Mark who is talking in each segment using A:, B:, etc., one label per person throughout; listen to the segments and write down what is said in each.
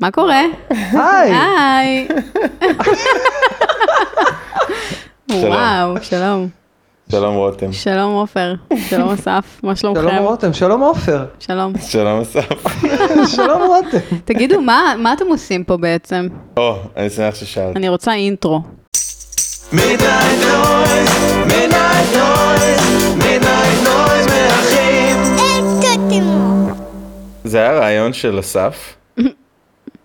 A: מה קורה?
B: היי!
A: אה, היי.
C: שלום.
A: וואו, שלום.
C: שלום רותם.
A: שלום עופר. שלום אסף, מה
B: שלום
A: שלומכם?
B: רותם, שלום עופר,
A: שלום.
C: שלום אסף.
B: שלום רותם.
A: תגידו, מה מה אתם עושים פה בעצם?
C: או, אני שמח ששאלת.
A: אני רוצה אינטרו.
D: Midnight noise, midnight noise, midnight noise מהאחים.
C: זה היה רעיון של אסף.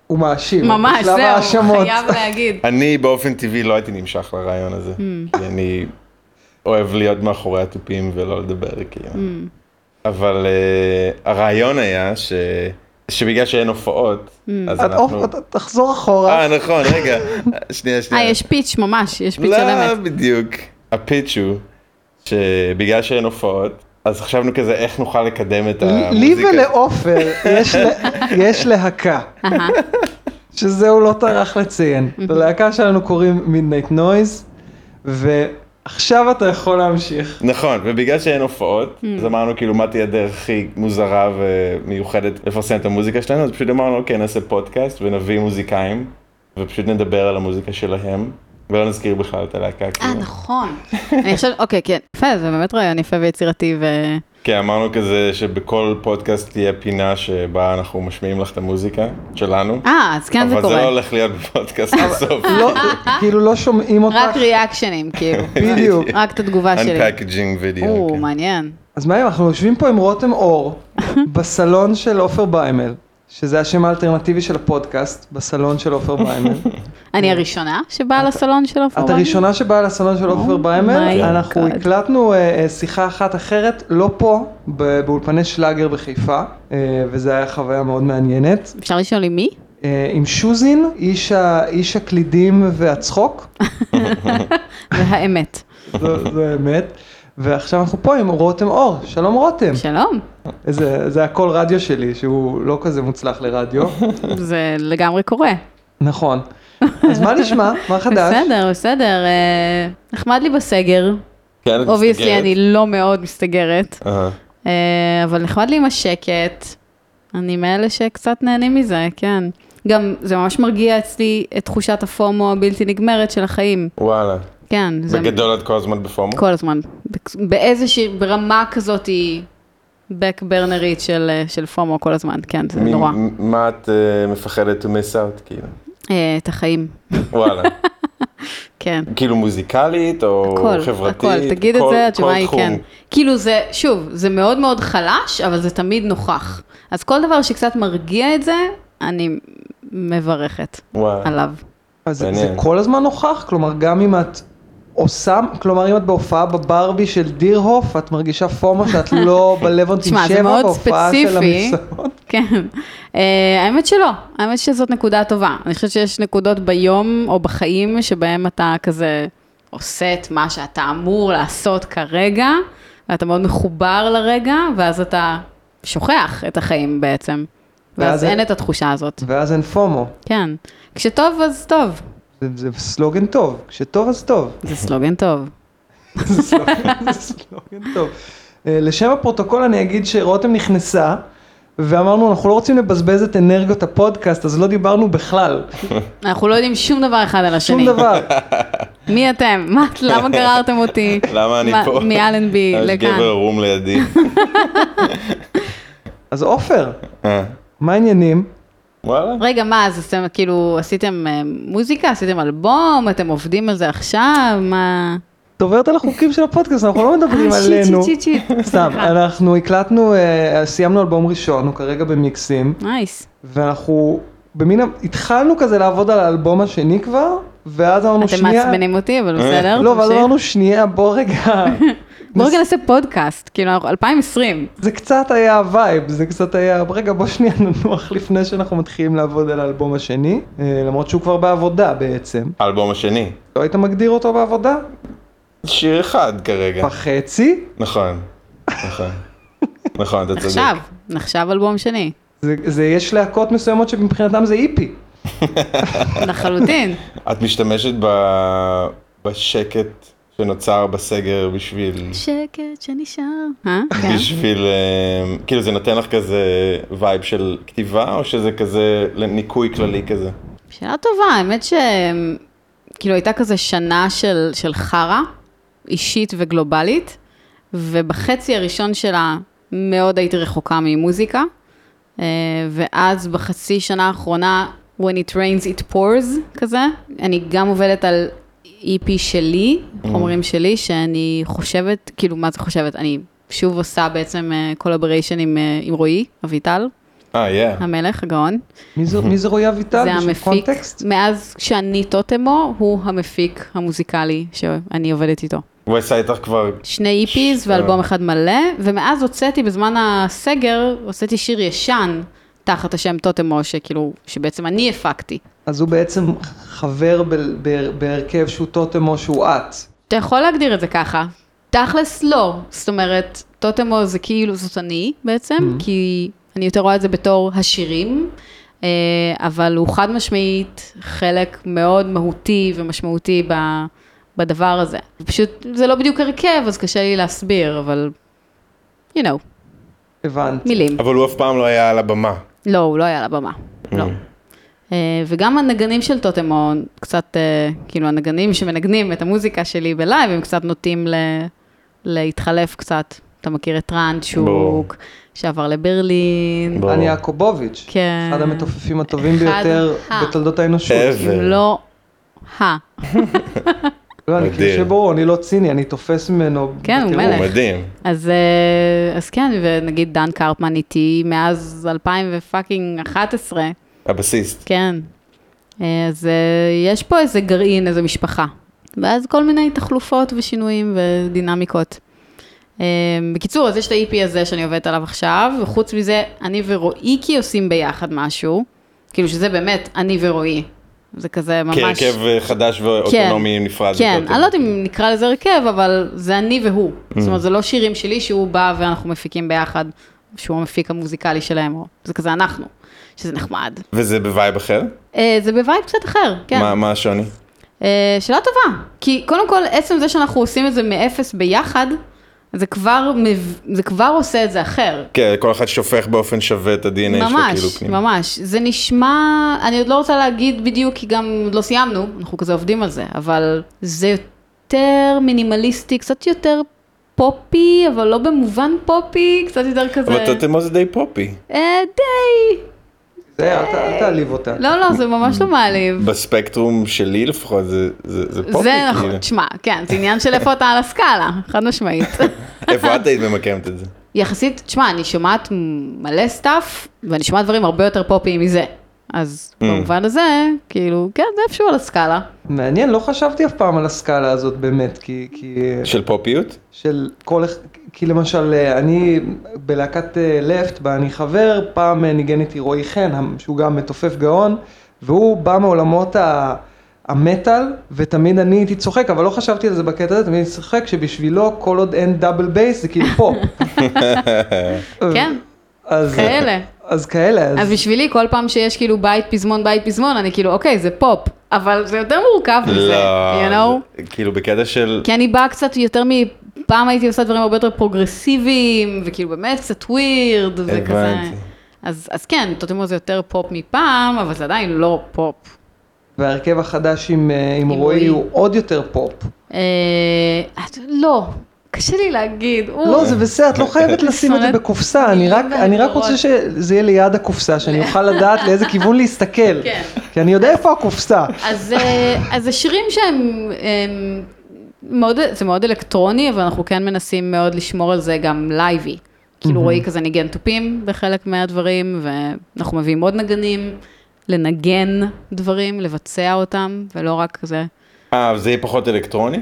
B: הוא מאשים.
A: ממש,
B: בשלב
A: זהו,
B: ההאשמות.
A: חייב להגיד.
C: אני באופן טבעי לא הייתי נמשך לרעיון הזה.
A: Mm.
C: כי אני אוהב להיות מאחורי התופים ולא לדבר כאילו.
A: Mm.
C: אבל אה, הרעיון היה ש... שבגלל שאין הופעות,
A: Mm.
C: אז
B: את-
C: אנחנו...
B: עופר, ת- תחזור אחורה.
C: אה, נכון, רגע. שנייה,
A: אה,
C: שנייה.
A: יש פיץ' ממש, יש פיץ' של
C: לא,
A: אמת.
C: בדיוק. הפיץ' הוא שבגלל שאין הופעות, אז חשבנו כזה איך נוכל לקדם את המוזיקה.
B: לי ולעופר יש לה- יש להקה. שזה הוא לא טרח לציין. ללהקה שלנו קוראים מידנייט נויז, ועכשיו אתה יכול להמשיך.
C: נכון, ובגלל שאין הופעות,
A: Hmm.
C: אז אמרנו כאילו מה תהיה הדרך הכי מוזרה ומיוחדת לפרסם את המוזיקה שלנו, אז פשוט אמרנו אוקיי נעשה פודקאסט ונביא מוזיקאים, ופשוט נדבר על המוזיקה שלהם, ולא נזכיר בכלל את הלהקה.
A: אה,
C: כאילו.
A: נכון. אני חושבת, אוקיי, כן. יפה, זה באמת רעיון יפה ויצירתי ו...
C: כן, אמרנו כזה שבכל פודקאסט תהיה פינה שבה אנחנו משמיעים לך את המוזיקה שלנו,
A: אה, אז כן זה
C: אבל זה
A: קורה.
C: לא הולך להיות בפודקאסט בסוף.
B: לא- כאילו לא שומעים אותך.
A: רק ריאקשנים, כאילו.
B: בדיוק.
A: רק Oh את התגובה שלי.
C: Unpackaging video.
A: או,
C: כן.
A: מעניין.
B: אז מה אם אנחנו יושבים פה עם רותם אור, בסלון של עופר ביימל, שזה השם האלטרנטיבי של הפודקאסט, בסלון של עופר ביימל.
C: כן.
A: אני הראשונה שבאה לסלון של עופר
B: את
A: ביימל?
B: הראשונה שבאה לסלון של עופר
A: אוקיי. Oh my
B: ביימל, אנחנו
A: God.
B: הקלטנו אה, אה, שיחה אחת אחרת, לא פה, ב- באולפני שלאגר בחיפה, אה, וזו הייתה חוויה מאוד מעניינת,
A: אפשר לשאול עם מי?
B: אה, עם שוזין, איש ה- איש הקלידים והצחוק,
A: והאמת.
B: זו זו האמת, ועכשיו אנחנו פה עם רותם אור, שלום
C: כן.
B: רותם,
A: שלום.
B: זה זה הקול רדיו שלי, שהוא לא כזה מוצלח לרדיו,
A: זה לגמרי קורה.
B: נכון, אז מה נשמע, מה חדש?
A: בסדר, בסדר. אה, נחמד לי בסגר.
C: כן, את
A: אובייסלי
C: מסתגרת?
A: אני לא מאוד מסתגרת,
C: אהה.
A: אה, אבל נחמד לי עם השקט. אני מאלה שקצת נהנים מזה, כן. גם זה ממש מרגיע אצלי את תחושת הפומו הבלתי נגמרת של החיים.
C: וואלה.
A: כן, זה
C: בגדול את כל הזמן בפומו?
A: כל הזמן. באיזושהי ברמה כזאת היא back burnerית של, אה, של פומו כל הזמן, כן, זה
C: מ-
A: נורא.
C: מ- מה את אה, מפחדת to miss out כאילו?
A: אה, את החיים,
C: וואלה.
A: כן.
C: כאילו מוזיקלית או
A: הכל,
C: חברתית?
A: הכל, תגיד את
C: כל-
A: זה, התשובה
C: כל
A: היא
C: תחום.
A: כן. כאילו זה, שוב, זה מאוד מאוד חלש, אבל זה תמיד נוכח. אז כל דבר שקצת מרגיע את זה, אני מברכת
C: וואי.
A: עליו.
B: אז זה- זה
C: מעניין.
B: כל הזמן נוכח? כלומר, גם אם את עושה, כלומר, אם את בהופעה בברבי של דירהוף, את מרגישה פומו שאת לא בלבון 7
A: תשמע, זה מאוד
B: בהופעה של
A: ספציפי.
B: המפסעות?
A: כן. אה, האמת שלא, האמת שזאת נקודה טובה. אני חושבת שיש נקודות ביום או בחיים שבהם אתה כזה עושה את מה שאתה אמור לעשות כרגע, ואתה מאוד מחובר לרגע, ואז אתה שוכח את החיים בעצם. ואז
B: ואז-
A: אין את התחושה הזאת.
B: ואז אין פומו.
A: כן. כשטוב אז טוב.
B: זה, זה סלוגן טוב, כשטוב אז טוב.
A: זה סלוגן טוב.
B: זה סלוגן- זה סלוגן טוב. אה, לשם הפרוטוקול אני אגיד שרותם נכנסה, ואמרנו, אנחנו לא רוצים לבזבז את אנרגיות הפודקאסט, אז לא דיברנו בכלל,
A: אנחנו לא יודעים שום דבר אחד על השני.
B: שום דבר.
A: מי אתם? מה, למה גררתם אותי?
C: למה אני
A: מה-
C: פה?
A: מאלנבי
C: יש
A: לכאן.
C: גבר ערום לידי.
B: אז עופר,
C: אה,
B: מה העניינים?
C: וואלה.
A: רגע, מה, אז אתם כאילו עשיתם אה, מוזיקה, עשיתם אלבום, אתם עובדים על זה עכשיו, מה...
B: את עוברת על החוקים של הפודקאסט, אנחנו לא מדברים
A: אה, שיט,
B: עלינו.
A: שיט, שיט, שיט.
B: סתם, אנחנו הקלטנו, אה, סיימנו אלבום ראשון, הוא כרגע במיקסים,
A: נייס.
B: ואנחנו במין, התחלנו כזה לעבוד על האלבום השני כבר, ואז אמרנו
A: אתם
B: שנייה,
A: מעצבנים אותי,
C: אה,
A: אבל בסדר,
B: לא, ואז
A: תמשיך.
B: אמרנו שנייה, בוא רגע,
A: בואו רגע נעשה פודקאסט, כאילו, אנחנו 2020.
B: זה קצת היה הווייב, זה קצת היה, רגע בוא שנייה ננוח לפני שאנחנו מתחילים לעבוד על האלבום השני, אה, למרות שהוא כבר בעבודה בעצם,
C: האלבום השני.
B: לא היית מגדיר אותו בעבודה?
C: שיר אחד כרגע.
B: בחצי?
C: נכון. נכון. נכון, אתה צודק.
A: עכשיו, נחשב אלבום שני.
B: זה, זה יש להקות מסוימות שמבחינתם זה איפי.
A: לחלוטין.
C: את משתמשת ב- בשקט שנוצר בסגר בשביל...
A: שקט שנשאר. אה? כן.
C: בשביל, אה, כאילו זה נותן לך כזה וייב של כתיבה, או שזה כזה ניקוי כללי כזה?
A: שאלה טובה, האמת ש... כאילו הייתה כזה שנה של, של חרא, אישית וגלובלית, ובחצי הראשון שלה מאוד הייתי רחוקה ממוזיקה, אה, ואז בחצי שנה האחרונה, When it rains it pours, כזה, אני גם עובדת על EP שלי, חומרים שלי, שאני חושבת, כאילו, מה זה חושבת? אני שוב עושה בעצם קולבריישן עם, אה, עם רועי אביטל,
C: אה, יא.
A: המלך, הגאון.
B: מי זה- מי זה רועי אביטל?
A: זה
B: בשביל
A: המפיק,
B: קונטקסט?
A: מאז שאני טוטמו, הוא המפיק המוזיקלי שאני עובדת איתו.
C: הוא עשה איתך כבר...
A: שני איפיז
C: שם.
A: ואלבום אחד מלא, ומאז הוצאתי בזמן הסגר, הוצאתי שיר ישן תחת השם טוטמו, שכאילו, שבעצם אני הפקתי.
B: אז הוא בעצם חבר ב- ב- בהרכב שהוא טוטם או שהוא את.
A: אתה יכול להגדיר את זה ככה. תכלס לא, זאת אומרת, טוטמו זה כאילו זאת אני בעצם, כי אני יותר רואה את זה בתור השירים, אה, אבל הוא חד משמעית חלק מאוד מהותי ומשמעותי ב- בדבר הזה. פשוט זה לא בדיוק הרכב, אז קשה לי להסביר, אבל, you know,
B: הבנתי.
A: מילים.
C: אבל הוא אף פעם לא היה על הבמה.
A: לא, הוא לא היה על הבמה, לא. אה, וגם הנגנים של טוטמו, קצת, אה, כאילו הנגנים שמנגנים את המוזיקה שלי בלייב, הם קצת נוטים ל... להתחלף קצת. אתה מכיר את
C: ברור.
A: טרנצ'וק, שעבר לברלין,
C: ברור.
B: רן יעקובוביץ',
A: כן.
B: אחד המתופפים הטובים
A: אחד
B: ביותר
A: ה-
B: בתולדות האנושות.
C: אב.
A: אם לא ה.
B: לא, אני
C: אדיר.
B: כאילו שברור, אני לא ציני, אני תופס ממנו.
A: כן, הוא
B: בטירוף.
A: מלך.
C: הוא מדהים.
A: אז, אה, אז כן, ונגיד דן קרפמן איתי מאז 2011,
C: הבסיסט.
A: כן. אה, אז אה, יש פה איזה גרעין, איזה משפחה. ואז כל מיני תחלופות ושינויים ודינמיקות. אה, בקיצור, אז יש את ה-EP הזה שאני עובדת עליו עכשיו, וחוץ מזה, אני ורועיקי עושים ביחד משהו, כאילו שזה באמת אני ורועי. זה כזה ממש...
C: כהרכב אה, חדש ואוטונומי נפרד.
A: כן,
C: מטוטו.
A: אני לא יודעת אם נקרא לזה הרכב, אבל זה אני והוא. זאת אומרת, זה לא שירים שלי שהוא בא ואנחנו מפיקים ביחד, שהוא המפיק המוזיקלי שלהם, או- זה כזה אנחנו, שזה נחמד.
C: כאילו. וזה בווייב אחר?
A: אה, זה בווייב קצת אחר, כן.
C: מה- מה השוני?
A: אה, שאלה טובה, כי קודם כל, עצם זה שאנחנו עושים את זה מאפס ביחד, זה כבר, מב- זה כבר עושה את זה אחר.
C: כן, כל אחד שופך באופן שווה את ה-DNA שלו
A: ממש,
C: כאילו פנימה.
A: ממש. זה נשמע, אני עוד לא רוצה להגיד בדיוק, כי גם עוד לא סיימנו, אנחנו כזה עובדים על זה, אבל זה יותר מינימליסטי, קצת יותר פופי, אבל לא במובן פופי, קצת יותר כזה...
C: אבל טוטמו זה די פופי.
A: אה, די.
B: זה, אל ת- אל תעליב אותה.
A: לא, לא, זה ממש לא מעליב.
C: בספקטרום שלי לפחות זה- זה זה פופי.
A: זה
C: כאילו.
A: נכון, תשמע, כן, זה עניין של איפה אתה על הסקאלה, חד משמעית.
C: איפה את היית ממקמת את זה?
A: יחסית, תשמע, אני שומעת מלא סטאפ, ואני שומעת דברים הרבה יותר פופיים מזה. אז במובן הזה, כאילו, כן, זה איפשהו על הסקאלה.
B: מעניין, לא חשבתי אף פעם על הסקאלה הזאת באמת, כי... כי אה,
C: של פופיות?
B: של כל... אח- כי למשל, אה, אני בלהקת אה, לפט, בה אני חבר, פעם אה, ניגן איתי רועי חן, המ- שהוא גם מתופף גאון, והוא בא מעולמות ה... המטאל, ותמיד אני הייתי צוחק, אבל לא חשבתי על זה בקטע הזה, תמיד הייתי צוחק שבשבילו כל עוד אין דאבל בייס זה כאילו פופ.
A: כן,
B: אז,
A: כאלה.
B: אז כאלה, אז,
A: אז בשבילי, כל פעם שיש כאילו בית פזמון, בית פזמון, אני כאילו, אוקיי, זה פופ, אבל זה יותר מורכב
C: לא.
A: מזה, you know? כן.
C: זה- כאילו בקטע של...
A: כי אני באה קצת יותר מ... פעם הייתי עושה דברים הרבה יותר פרוגרסיביים, וכאילו באמת קצת ווירד, וכזה.
C: הבנתי.
A: אז, אז כן, טוטמו זה יותר פופ מפעם, אבל זה עדיין לא פופ.
B: וההרכב החדש עם, אה, עם
A: עם
B: רועי
A: רועי.
B: הוא עוד יותר פופ.
A: אה, את- לא, קשה לי להגיד. הוא-
B: לא, זה בסדר, את לא חייבת לשים את זה
A: שונאת
B: בקופסה, אני רק,
A: מילים
B: אני רק
A: והגדרות.
B: רוצה שזה יהיה ליד הקופסה, שאני אוכל לדעת לאיזה כיוון להסתכל.
A: כן.
B: כי אני יודע איפה הקופסה.
A: אז, אה, אז זה שירים שהם, הם, מאוד, זה מאוד אלקטרוני, אבל אנחנו כן מנסים מאוד לשמור על זה גם לייבי. כאילו רועי כזה ניגן תופים בחלק מהדברים, ואנחנו מביאים עוד נגנים, לנגן דברים, לבצע אותם, ולא רק כזה.
C: אה, זה יהיה פחות אלקטרוני?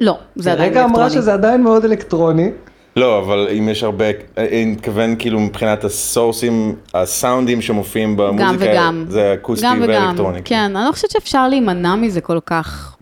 A: לא, זה עדיין
B: רגע
A: אלקטרוני.
B: אמרה שזה עדיין מאוד אלקטרוני.
C: לא, אבל אם יש הרבה... אני מתכוון כאילו מבחינת הסורסים, הסאונדים שמופיעים
A: גם
C: במוזיקה,
A: וגם.
C: זה אקוסטי
A: גם וגם,
C: ואלקטרוני.
A: כן, אני לא חושבת שאפשר להימנע מזה כל כך.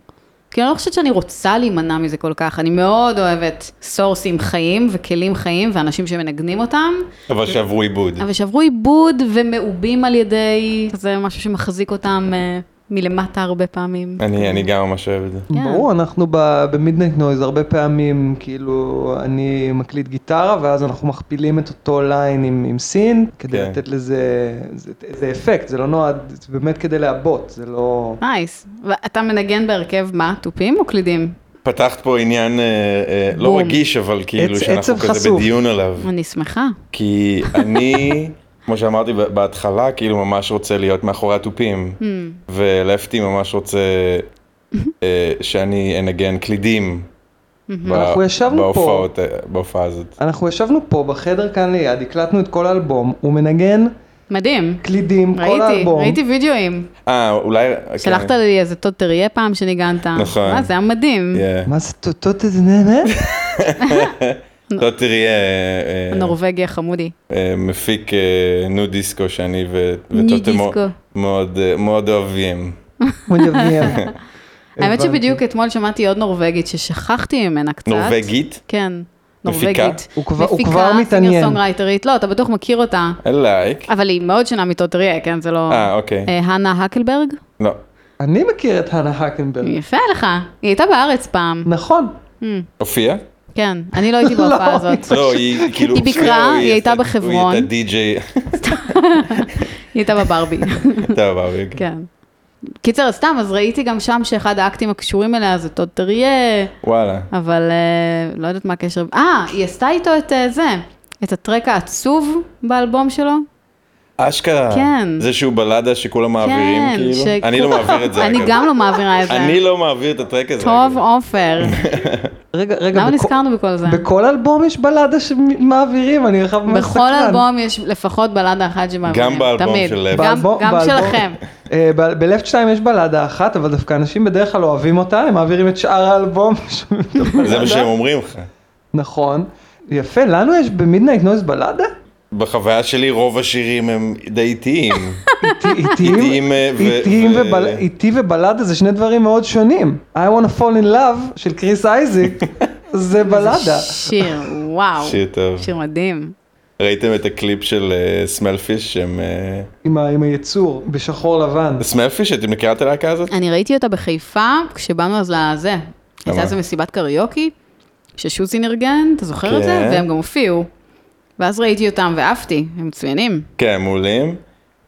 A: כאילו, אני לא חושבת שאני רוצה להימנע מזה כל כך. אני מאוד אוהבת סורסים חיים וכלים חיים ואנשים שמנגנים אותם,
C: אבל שעברו עיבוד.
A: אבל שעברו עיבוד ומעובים על ידי, זה משהו שמחזיק אותם אה, מלמטה הרבה פעמים.
C: אני אני גם ממש אוהב את זה.
A: כן.
B: ברור, אנחנו ב- במידנייט נויז הרבה פעמים, כאילו, אני מקליט גיטרה, ואז אנחנו מכפילים את אותו ליין עם, עם סין, כדי
C: כן.
B: לתת לזה, זה, זה אפקט, זה לא נועד, זה באמת כדי לעבות, זה לא...
A: נייס. ואתה מנגן בהרכב מה? תופים או קלידים?
C: פתחת פה עניין אה, אה, לא
A: בום.
C: רגיש, אבל כאילו
B: עצב
C: שאנחנו כזה
B: חשוף.
C: בדיון עליו.
A: אני שמחה.
C: כי אני, כמו שאמרתי ב- בהתחלה, כאילו ממש רוצה להיות מאחורי התופים,
A: Mm.
C: ולפטי ממש רוצה אה, שאני אנגן קלידים. ב-
B: אנחנו ישבנו פה.
C: בהופעות, אה, בהופעה הזאת.
B: אנחנו ישבנו פה בחדר כאן ליד, הקלטנו את כל האלבום, הוא מנגן
A: מדהים.
B: קלידים, כל
A: ראיתי,
B: האלבום.
A: ראיתי וידאוים.
C: אה, אולי...
A: שלחת
C: כן.
A: לי איזה טוד תריה פעם שניגנת.
C: נכון.
A: מה, זה היה מדהים.
C: Yeah.
B: מה זה טוטוט איזה נהנה?
C: לא תראי אה, אה,
A: הנורבגי החמודי.
C: אה, מפיק אה, נו דיסקו שאני ו-
A: נו
C: וטוטה מאוד-
A: דיסקו.
C: מאוד, אה, מאוד אוהבים.
B: הוא יביע.
A: האמת
B: הבנתי.
A: שבדיוק אתמול שמעתי עוד נורבגית ששכחתי ממנה קצת.
C: נורבגית?
A: כן,
C: מפיקה?
A: נורבגית.
B: הוא כבר- הוא כבר
A: סינגר
B: מתעניין.
A: סונגרייטרית, לא, אתה בטוח מכיר אותה,
C: אלייק.
A: אבל היא מאוד שונה מטוטריה, כן, זה לא...
C: אה, אוקיי.
A: אה, הנה הקלברג?
C: לא.
B: אני מכיר את הנה הקנברג.
A: יפה לך, היא הייתה בארץ פעם,
B: נכון.
C: הופיעה?
A: כן, אני לא הייתי בהופעה הזאת.
C: לא, היא כאילו...
A: היא ביקרה,
C: הופיעה או
A: היא הייתה
C: עשתה-
A: בחברון.
C: היא הייתה די-ג'יי.
A: היא הייתה בברבי,
C: טוב, אבי.
A: כן. קיצר, אז סתם, אז ראיתי גם שם שאחד האקטים הקשורים אליה זה טוטריה,
C: וואלה.
A: אבל אה, לא יודעת מה הקשר. אה, היא עשתה איתו את אה, זה, את הטרק העצוב באלבום שלו.
C: אשכרה.
A: כן.
C: זה שהוא בלדה שכולם מעבירים,
A: כן,
C: כאילו.
A: שכל-
C: אני לא מעביר את זה,
A: אני
C: אגב.
A: גם לא מעבירה את זה.
C: אני לא מעביר את הטרק הזה.
A: טוב,
C: אגב.
A: עופר.
B: רגע, רגע,
A: למה
B: בכ-
A: נזכרנו בכל זה?
B: בכל אלבום יש בלדה שמעבירים, אני חייב ממש
A: בכל אלבום יש לפחות בלדה אחת שמעבירים.
C: גם באלבום
A: תמיד.
C: של לב.
A: גם-
B: באלבום-
A: גם
B: באלבום-
A: שלכם.
B: אה, ב- בלפט 2 יש בלדה אחת, אבל דווקא אנשים בדרך כלל אוהבים אותה, הם מעבירים את שאר האלבום. שומעים את
A: אוקיי,
B: הבלדה.
C: זה מה שהם אומרים לך.
B: נכון. יפה, לנו יש במידנייט נויז בלדה?
C: בחוויה שלי רוב השירים הם די איטיים.
B: איטי- איטיים
C: איטיים, אה, ו-
B: איטיים
C: ו-
B: ובל- איטי ובלדה זה שני דברים מאוד שונים. I want to fall in love של קריס אייזיק זה בלדה.
A: שיר, וואו.
C: שיר טוב.
A: שיר מדהים.
C: ראיתם את הקליפ של סמלפיש שהם...
B: עם ה- עם היצור בשחור לבן.
C: סמלפיש, אתם מכירה את הלהקה הזאת?
A: אני ראיתי אותה בחיפה כשבאנו אז לזה. הייתה
C: למה?
A: איזו מסיבת קריוקי ששוזי נרגן, אתה זוכר את זה?
C: כן.
A: והם גם הופיעו. ואז ראיתי אותם ועפתי, הם מצוינים.
C: כן, מעולים.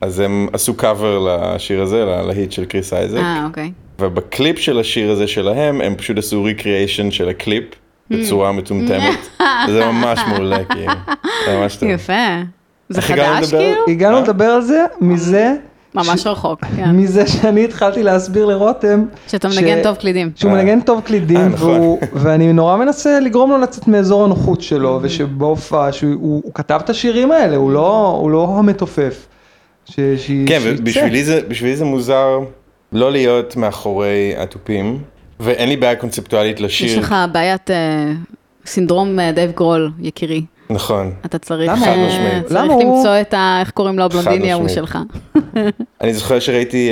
C: אז הם עשו קאבר לשיר הזה, לה- להיט של קריס אייזק.
A: אה, אוקיי.
C: ובקליפ של השיר הזה שלהם, הם פשוט עשו ריקריאיישן של הקליפ
A: Mm.
C: בצורה מטומטמת. זה ממש מעולה, כאילו. זה ממש טוב.
A: יפה. זה
C: איך הגענו
A: חדש
C: לדבר?
A: כאילו?
B: הגענו לדבר על זה מזה,
A: ממש רחוק, כן.
B: מזה שאני התחלתי להסביר לרותם.
A: שאתה
B: ש-
A: מנגן טוב קלידים.
B: שהוא
C: אה.
B: מנגן טוב
C: אה,
B: קלידים,
C: נכון.
B: והוא- ואני נורא מנסה לגרום לו לצאת מאזור הנוחות שלו, ושבהופעה, שהוא הוא- הוא כתב את השירים האלה, הוא לא הוא לא המתופף. ש- ש-
C: כן,
B: שיצא.
C: ובשבילי זה, בשבילי זה מוזר לא להיות מאחורי התופים, ואין לי בעיה קונספטואלית
A: יש
C: לשיר.
A: לך בעיית אה, סינדרום אה, דייב גרול, יקירי.
C: נכון.
A: אתה צריך
B: למה?
A: אה,
C: חד משמעית.
A: צריך
B: למה הוא-
A: למצוא את ה... איך קוראים לו הבלונדיני ההוא
C: משמעית.
A: שלך.
C: אני זוכר שראיתי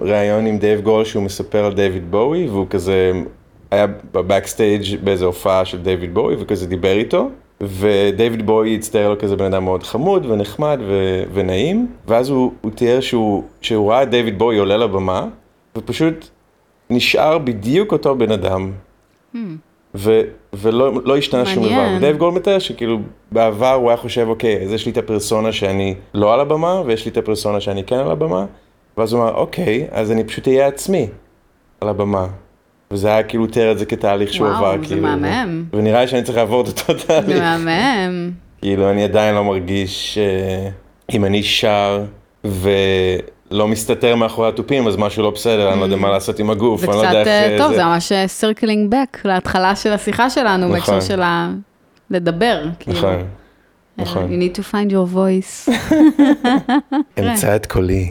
C: um, ראיון עם דייב גול שהוא מספר על דיוויד בואי, והוא כזה היה בבקסטייג' באיזו הופעה של דיוויד בואי, וכזה דיבר איתו, ודייוויד בואי הצטייר לו כזה בן אדם מאוד חמוד ונחמד ו- ונעים, ואז הוא, הוא תיאר שהוא, שהוא ראה את דיוויד בואי עולה לבמה, ופשוט נשאר בדיוק אותו בן אדם. ו- ולא לא השתנה שום דבר.
A: Hmm. מעניין.
C: ודייב גול מתאר שכאילו בעבר הוא היה חושב, אוקיי, אז יש לי את הפרסונה שאני לא על הבמה, ויש לי את הפרסונה שאני כן על הבמה, ואז הוא אמר, אוקיי, אז אני פשוט אהיה עצמי על הבמה. וזה היה כאילו תיאר את זה כתהליך שהוא
A: וואו,
C: עבר,
A: זה
C: כאילו.
A: מהמם.
C: ו- ונראה לי שאני צריך לעבור את אותו
A: זה
C: תהליך.
A: מהמם.
C: כאילו, אני עדיין לא מרגיש אה, אם אני שר ולא מסתתר מאחורי התופים, אז משהו לא בסדר, אני לא יודע מה לעשות עם הגוף,
A: Mm. זה
C: אני לא יודע
A: קצת
C: איך...
A: אה,
C: אה,
A: טוב, זה ממש סירקלינג בק להתחלה של השיחה שלנו,
C: נכון.
A: בהקשר של ה... לדבר. כאילו.
C: נכון,
A: אה,
C: נכון.
A: You need to find your voice, כן.
C: אמצא את קולי.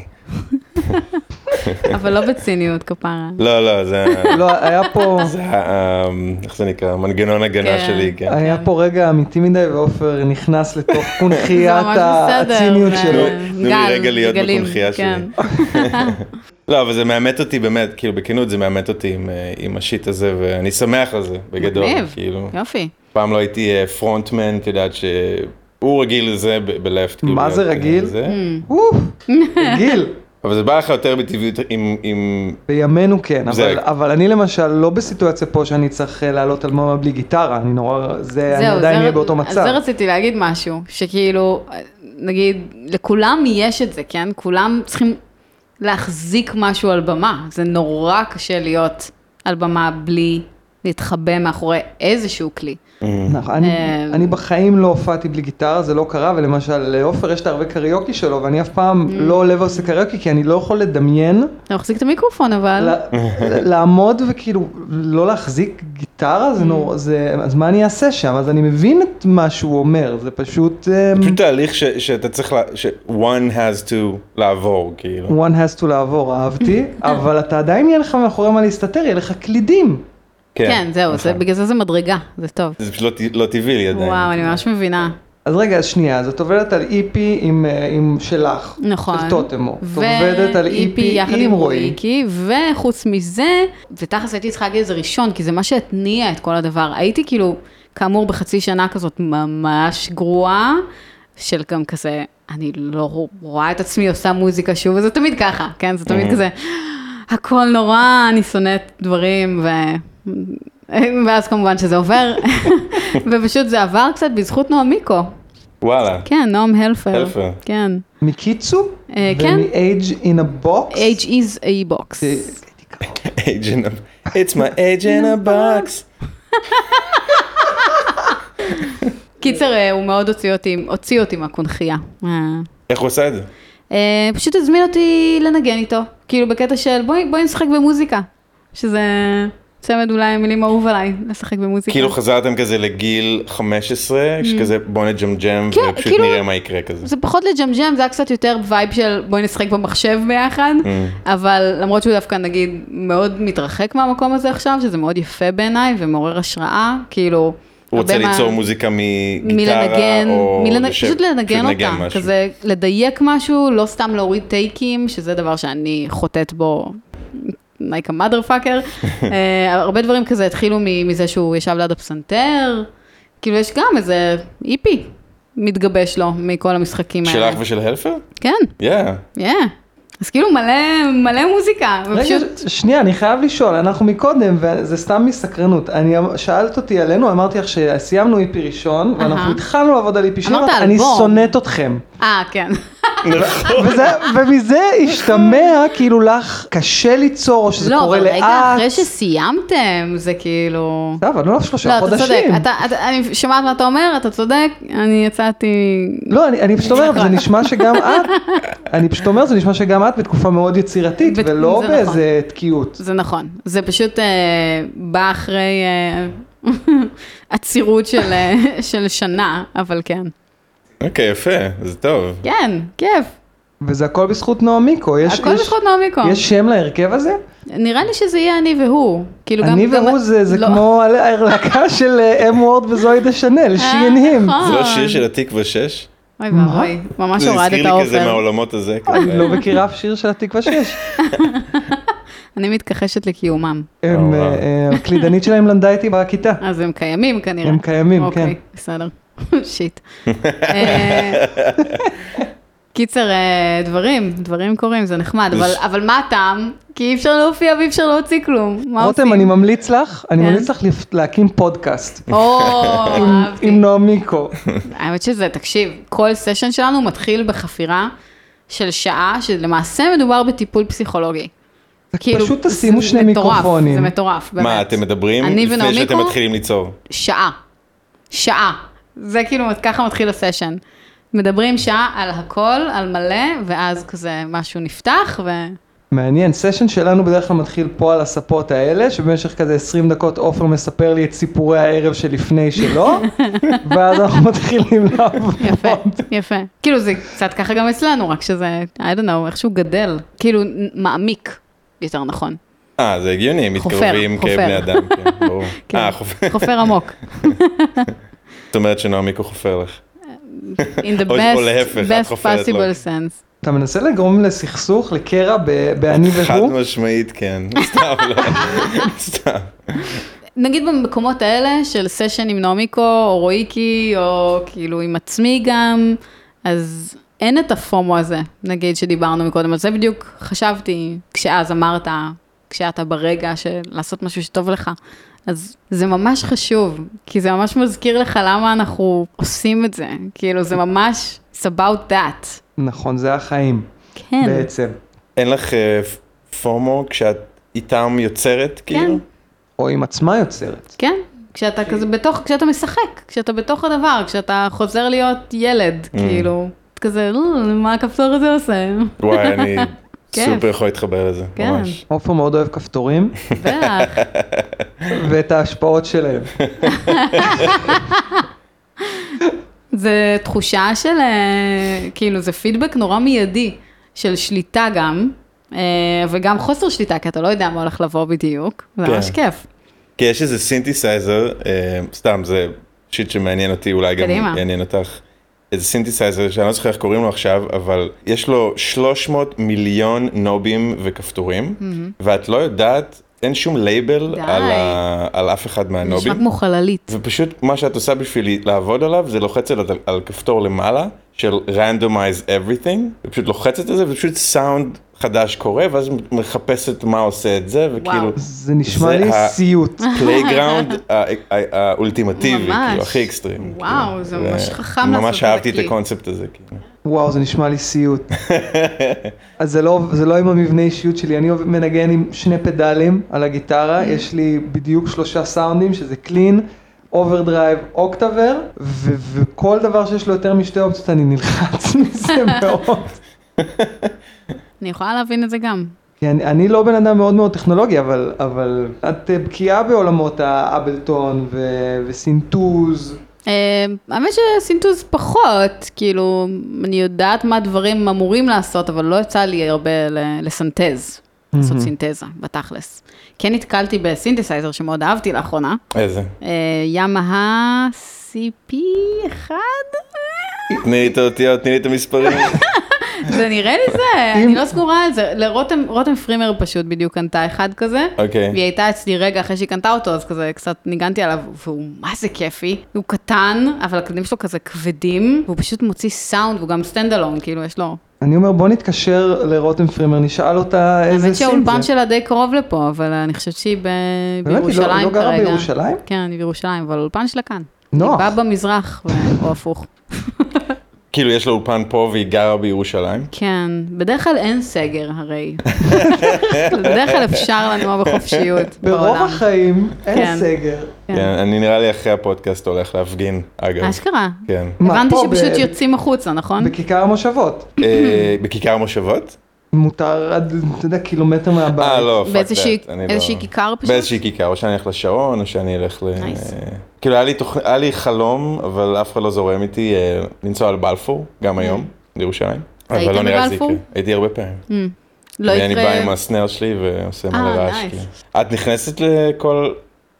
A: אבל לא בציניות, כפרה.
C: לא, לא, זה...
B: לא, היה פה...
C: זה ה... אמ, איך זה נקרא? מנגנון הגנה
A: כן.
C: שלי, כן.
B: היה פה רגע אמיתי מדי ועופר נכנס לתוך קונכיית
A: זה ממש בסדר,
B: הציניות
A: זה-
B: שלו.
A: אה,
C: תנו לי
A: גל,
C: רגע להיות
A: גלים,
C: בקונכייה
A: כן.
C: שלי. לא, אבל זה מאמת אותי באמת, כאילו בכנות זה מאמת אותי עם, אה, עם השיט הזה, ואני שמח על זה, בגדול,
A: מגניב,
C: כאילו.
A: יופי.
C: פעם לא הייתי אה, פרונטמן, את יודעת שהוא רגיל לזה ב- בלפט. כאילו,
B: מה זה
A: Mm.
C: להיות, אה,
B: רגיל?
C: זה.
B: אוף, גיל,
C: אבל זה בא לך יותר בטבעיות עם... עם...
B: בימינו כן,
C: זה-
B: אבל, אבל אני למשל לא בסיטואציה פה שאני צריך אה, לעלות על מומה בלי גיטרה, אני נורא, זה, אני עדיין אהיה באותו
A: אז זה לא-
B: מצב.
A: רציתי להגיד משהו, שכאילו, נגיד, לכולם יש את זה, כן? כולם צריכים להחזיק משהו על במה. זה נורא קשה להיות על במה בלי להתחבא מאחורי איזשהו כלי.
B: נכון, אני,
A: אמ,
B: אני בחיים לא הופעתי בלי גיטרה, זה לא קרה, ולמשל לעופר יש את הרבה קריוקי שלו, ואני אף פעם
A: Mm.
B: לא עולה ועושה קריוקי, כי אני לא יכול לדמיין
A: אתה מחזיק את המיקרופון, אבל...
B: ל- לעמוד וכאילו לא להחזיק גיטרה, זה
A: Mm.
B: נורא, זה, אז מה אני אעשה שם? אז אני מבין את מה שהוא אומר, זה פשוט... אמ,
A: כן. Mm.
C: פשוט תהליך ש, שאתה צריך, לה- ש- one has to לעבור, כאילו.
A: Mm.
B: one has to לעבור, אהבתי,
A: כן.
B: אבל אתה עדיין יהיה לך מאחורי מה להסתתר, יהיה לך קלידים.
A: כן, זהו,
B: נכון.
A: זה- בגלל זה זה מדרגה, זה טוב.
C: זה פשוט לא, ט- לא טבעי לי עדיין.
A: וואו, אני ממש מבינה.
B: אז רגע, אז שנייה, אז את עובדת על איפי עם, אה, עם שלך.
A: נכון.
B: של טוטמו. את
A: ו- E
B: עובדת על E איפי
A: יחד עם רועיקי, וחוץ מזה, ותכלס הייתי צריכה להגיד את זה ראשון, כי זה מה שהתניע את כל הדבר. הייתי כאילו, כאמור, בחצי שנה כזאת ממש גרועה, של גם כזה, אני לא רואה את עצמי עושה מוזיקה שוב, וזה תמיד ככה, כן? זה
B: Mm.
A: תמיד כזה, הכל נורא, אני שונאת דברים, ו... ואז כמובן שזה עובר, ופשוט זה עבר קצת בזכות נועם מיקו.
C: וואלה.
A: כן, נועם הלפר.
C: הלפר.
A: כן.
B: מקיצו?
A: אה, כן.
B: ומ-Age in a box?
A: Age is a box.
B: אה,
C: agent of... It's my agent a box.
A: קיצר, אה, הוא מאוד הוציא אותי, הוציא אותי מהקונכייה. אה.
C: איך הוא עשה את זה?
A: אה, פשוט הזמין אותי לנגן איתו, כאילו בקטע של בואי בואי נשחק במוזיקה, שזה צמד אולי המילים האהוב עליי, לשחק במוזיקה.
C: כאילו חזרתם כזה לגיל 15, שכזה בוא נג'מג'ם
A: Mm. כן,
C: ופשוט
A: כאילו-
C: נראה מה יקרה כזה.
A: זה פחות לג'מג'ם, זה היה קצת יותר וייב של בואי נשחק במחשב ביחד,
C: אה.
A: אבל למרות שהוא דווקא נגיד מאוד מתרחק מהמקום הזה עכשיו, שזה מאוד יפה בעיניי ומעורר השראה, כאילו...
C: הוא רוצה
A: הרבה מה-
C: ליצור מוזיקה מגיטרה
A: מלנגן,
C: או...
A: מלנ...
C: לשבת,
A: פשוט לנגן אותה,
C: משהו.
A: כזה לדייק משהו, לא סתם להוריד טייקים, שזה דבר שאני חוטאת בו. like a mother fucker, אה, הרבה דברים כזה התחילו מ- מזה שהוא ישב ליד הפסנתר, כאילו יש גם איזה איפי מתגבש לו מכל המשחקים האלה.
C: שלך ושל הלפר?
A: כן,
C: יאה.
A: יא. אז כאילו מלא, מלא מוזיקה,
B: רגע,
A: ופשוט,
B: שנייה, אני חייב לשאול, אנחנו מקודם, וזה סתם מסקרנות. אני אמ- שאלת אותי עלינו, אמרתי לך שסיימנו איפי ראשון, ואנחנו
A: אהה.
B: התחלנו לעבוד על איפי שני,
A: אמרת
B: אני
A: אלבום.
B: שונאת אתכם.
A: אה כן,
B: וזה, ומזה השתמע כאילו לך קשה ליצור, או שזה
A: לא,
B: קורה
A: אבל
B: לאט.
A: רגע, אחרי שסיימתם, זה כאילו...
B: סתם, אבל לא שלושה
A: לא, אתה צודק,
B: חודשים.
A: אתה- אתה- אני שומעת מה אתה אומר, אתה צודק, אני יצאתי...
B: לא, אני, אני פשוט אומר, זה נשמע שגם את, אני פשוט אומר, זה נשמע שגם את בתקופה מאוד יצירתית,
A: בת-
B: ולא
A: זה נכון.
B: באיזה תקיעות.
A: זה נכון, זה פשוט אה, בא אחרי אה, עצירות של, אה, של שנה, אבל כן.
C: אוקיי, יפה, זה טוב.
A: כן, כיף,
B: וזה הכל בזכות נועם מיקו. יש,
A: הכל
B: יש,
A: בזכות נעמי קום.
B: יש שם להרכב הזה?
A: נראה לי שזה יהיה אני והוא. כאילו גם-
B: אני
A: גם-
B: והוא זה, זה
A: לא.
B: כמו ה- הלהקה של אה, אם וורד וזוהי דה שנל,
A: אה,
B: שי אנד הים.
A: נכון.
C: זה לא שיר של התקווה 6?
A: אוי ואבוי, ממש
C: זה
A: הורדת
C: הזכיר לי
A: האופן.
C: כזה
A: אה,
C: מהעולמות הזה.
B: אני
C: כזה.
B: לא מכירה אף שיר של התקווה 6.
A: אני מתכחשת לקיומם.
B: הם,
C: אה,
B: אה,
C: וואו.
B: אה, הקלידנית שלהם למדה איתי בכיתה.
A: אז הם קיימים כנראה.
B: הם קיימים,
A: אוקיי,
B: כן.
A: בסדר. שיט. אה, קיצר, אה, דברים, דברים קורים, זה נחמד, אבל-
C: זה-
A: אבל מה הטעם? כי אי אפשר להופיע ואי אפשר להוציא כלום. מה עושים?
B: רותם, אני ממליץ לך, אני
A: כן.
B: ממליץ לך לפ- להקים פודקאסט.
A: או,
B: עם-
A: אהבתי.
B: עם נועם מיקו.
A: האמת שזה, תקשיב, כל סשן שלנו מתחיל בחפירה של שעה, שלמעשה מדובר בטיפול פסיכולוגי. כאילו,
B: פשוט
A: זה
B: תשימו שני
A: מטורף,
B: מיקרופונים.
A: זה מטורף, באמת.
C: מה, אתם מדברים
A: אני
C: לפני
A: ונעמי
C: שאתם
A: קום?
C: מתחילים ליצור?
A: שעה. שעה. זה כאילו, ככה מתחיל הסשן. מדברים שעה על הכל, על מלא, ואז כזה משהו נפתח, ו...
B: מעניין, סשן שלנו בדרך כלל מתחיל פה על הספות האלה, שבמשך כזה 20 דקות עופר מספר לי את סיפורי הערב שלפני שלו, ואז אנחנו מתחילים
A: יפה,
B: לעבוד.
A: יפה. כאילו, זה קצת ככה גם אצלנו, רק שזה, I don't know, איכשהו גדל. כאילו, נ- מעמיק, יותר נכון.
C: אה, זה הגיוני, הם
A: חופר,
C: מתקרבים
A: חופר.
C: כבני אדם, כן, ברור.
A: כן.
C: אה, חופר.
A: חופר עמוק.
C: זאת אומרת שנעמיקו חופר לך.
A: In the
C: או- או
A: best,
C: להפך, את
A: best
C: חופרת לו.
A: possible sense.
B: אתה מנסה לגרום לסכסוך, לקרע ב- באני
C: חד
B: והוא?
C: משמעית, כן. סתם, לא. סתם.
A: נגיד במקומות האלה של סשן עם נעמיקו, או רויקי, או כאילו עם עצמי גם, אז אין את הפומו הזה, נגיד שדיברנו מקודם, על זה בדיוק חשבתי כשאז אמרת, כשאתה ברגע של לעשות משהו שטוב לך. אז זה ממש חשוב, כי זה ממש מזכיר לך למה אנחנו עושים את זה. כאילו, זה ממש, it's about that.
B: נכון, זה החיים
A: כן.
B: בעצם.
C: אין לך אה, פומו כשאת איתם יוצרת, כאילו?
B: או עם עצמה יוצרת.
A: כן, כשאתה כזה בתוך, כשאתה משחק, כשאתה בתוך הדבר, כשאתה חוזר להיות ילד, כאילו, את כזה, "אה, מה הכפתור הזה עושה?
C: וואי, אני
A: כיף.
C: סופר יכול להתחבר לזה,
A: כן.
C: ממש.
B: עופר מאוד אוהב כפתורים,
A: בטח,
B: ואת ההשפעות שלהם.
A: זה תחושה של, אה, כאילו, זה פידבק נורא מיידי, של שליטה גם, אה, וגם חוסר שליטה, כי אתה לא יודע מה הולך לבוא בדיוק, זה
C: כן.
A: ממש כיף.
C: כי יש איזה סינתסייזר, אה, סתם זה שיט שמעניין אותי, אולי גם
A: קדימה.
C: יעניין אותך. איזה סינתסייזר שאני לא זוכר איך קוראים לו עכשיו, אבל יש לו 300 מיליון נובים וכפתורים, ואת לא יודעת, אין שום לייבל
A: די.
C: על, ה, על אף אחד
A: נשמע
C: מהנובים.
A: כמו חללית.
C: ופשוט מה שאת עושה בשביל לעבוד עליו זה לוחצת על, על כפתור למעלה של randomize everything ופשוט לוחצת על זה ופשוט סאונד חדש קורה ואז מחפשת מה עושה את זה וכאילו
A: וואו.
B: זה נשמע
C: זה
B: לי
C: ה-
B: סיוט.
C: פלייגראונד האולטימטיבי
A: ממש.
C: כאילו הכי אקסטרים.
A: וואו,
C: כאילו.
A: זה ממש
C: ו-
A: חכם לעשות את
C: ממש
A: זה,
C: אהבתי את
A: כי-
C: הקונספט הזה. כאילו.
B: וואו, זה נשמע לי סיוט. אז זה לא, זה לא עם המבנה אישיות שלי, אני עובד- מנגן עם שני פדלים על הגיטרה, יש לי בדיוק שלושה סאונדים, שזה קלין, אוברדרייב, אוקטאבר, ו- וכל דבר שיש לו יותר משתי אופציות אני נלחץ מזה מאוד.
A: אני יכולה להבין את זה גם.
B: כי אני, אני לא בן אדם מאוד מאוד טכנולוגי, אבל, אבל את אה, בקיאה בעולמות האבלטון ו- וסינטוז.
A: אה, האמת שסינטוז פחות, כאילו, אני יודעת מה דברים אמורים לעשות, אבל לא יצא לי הרבה ל- לסנטז, לעשות סינתזה, בתכלס. כן נתקלתי בסינתסייזר שמאוד אהבתי לאחרונה,
C: איזה?
A: אה, ימהה CP1,
C: תני לי את האותיות, תני לי את המספרים.
A: זה נראה לי זה, אני לא סגורה על זה, לרותם רותם פרימר פשוט בדיוק קנתה אחד כזה,
C: אוקיי.
A: והיא הייתה אצלי רגע אחרי שהיא קנתה אותו, אז כזה קצת ניגנתי עליו, והוא מה זה כיפי, הוא קטן, אבל הקלדים שלו כזה כבדים, והוא פשוט מוציא סאונד, והוא גם סטנד אלון, כאילו יש לו,
B: אני אומר בוא נתקשר לרותם פרימר, נשאל אותה איזה
A: האמת
B: סינט
A: שהאולפן
B: זה.
A: שלה די קרוב לפה, אבל אני חושבת שהיא ב-
B: היא לא-
A: בירושלים כרגע.
B: לא גרה בירושלים?
A: כן, אני בירושלים, אבל האולפן שלה כאן.
B: נוח.
A: היא באה במזרח, ו- או הפוך.
C: כאילו יש לו אולפן פה והיא גרה בירושלים.
A: כן, בדרך כלל אין סגר הרי. בדרך כלל אפשר לנוע בחופשיות
B: ברוב
A: בעולם.
B: החיים
A: כן.
B: אין סגר.
A: כן.
C: כן, אני נראה לי אחרי הפודקאסט הולך להפגין, אגב.
A: אשכרה.
C: כן.
B: מה,
A: הבנתי
B: פה
A: שפשוט
B: ב-
A: יוצאים החוצה, נכון?
B: בכיכר המושבות.
C: אה, בכיכר המושבות?
B: מותר עד, אתה יודע, קילומטר מהבית.
C: אה, לא, fuck
A: באיזושהי-
C: that, אני לא-
A: איזושהי כיכר פשוט?
C: באיזושהי כיכר, או שאני אלך לשעון, או שאני אלך ל...
A: Nice.
C: אה, כאילו, היה לי תוכ- היה לי חלום, אבל אף אחד לא זורם איתי, אה, לנסוע לבלפור, גם היום, לירושלים.
A: היית
C: אבל לא נראה
A: Mm.
C: שזה
A: בבלפור?
C: יקרה. הייתי הרבה פעמים.
A: לא
C: אני בא עם
A: יקרה...
C: הסנר שלי ועושה מלא
A: אה,
C: רעש.
A: nice.
C: כאילו. את נכנסת לכל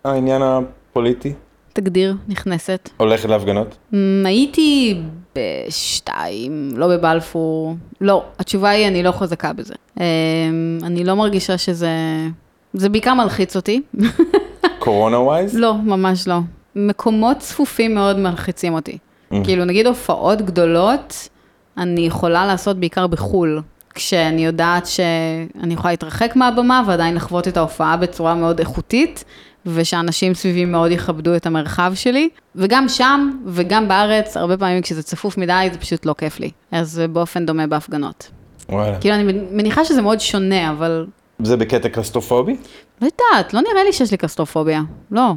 C: העניין הפוליטי?
A: תגדיר, נכנסת.
C: הולכת להפגנות?
A: אמ, הייתי בשתיים, לא בבלפור. לא, התשובה היא, אני לא חזקה בזה. אמ, אני לא מרגישה שזה... זה בעיקר מלחיץ אותי.
C: קורונה ווייז?
A: לא, ממש לא. מקומות צפופים מאוד מלחיצים אותי.
C: Mm.
A: כאילו, נגיד הופעות גדולות, אני יכולה לעשות בעיקר בחו"ל. כשאני יודעת שאני יכולה להתרחק מהבמה ועדיין לחוות את ההופעה בצורה מאוד איכותית, ושאנשים סביבי מאוד יכבדו את המרחב שלי. וגם שם וגם בארץ, הרבה פעמים כשזה צפוף מדי, זה פשוט לא כיף לי. אז זה באופן דומה בהפגנות.
C: וואלה.
A: כאילו, אני מניחה שזה מאוד שונה, אבל
C: זה בקטע קלסטרופובי?
A: לא יודעת, לא נראה לי שיש לי קסטרופוביה, לא.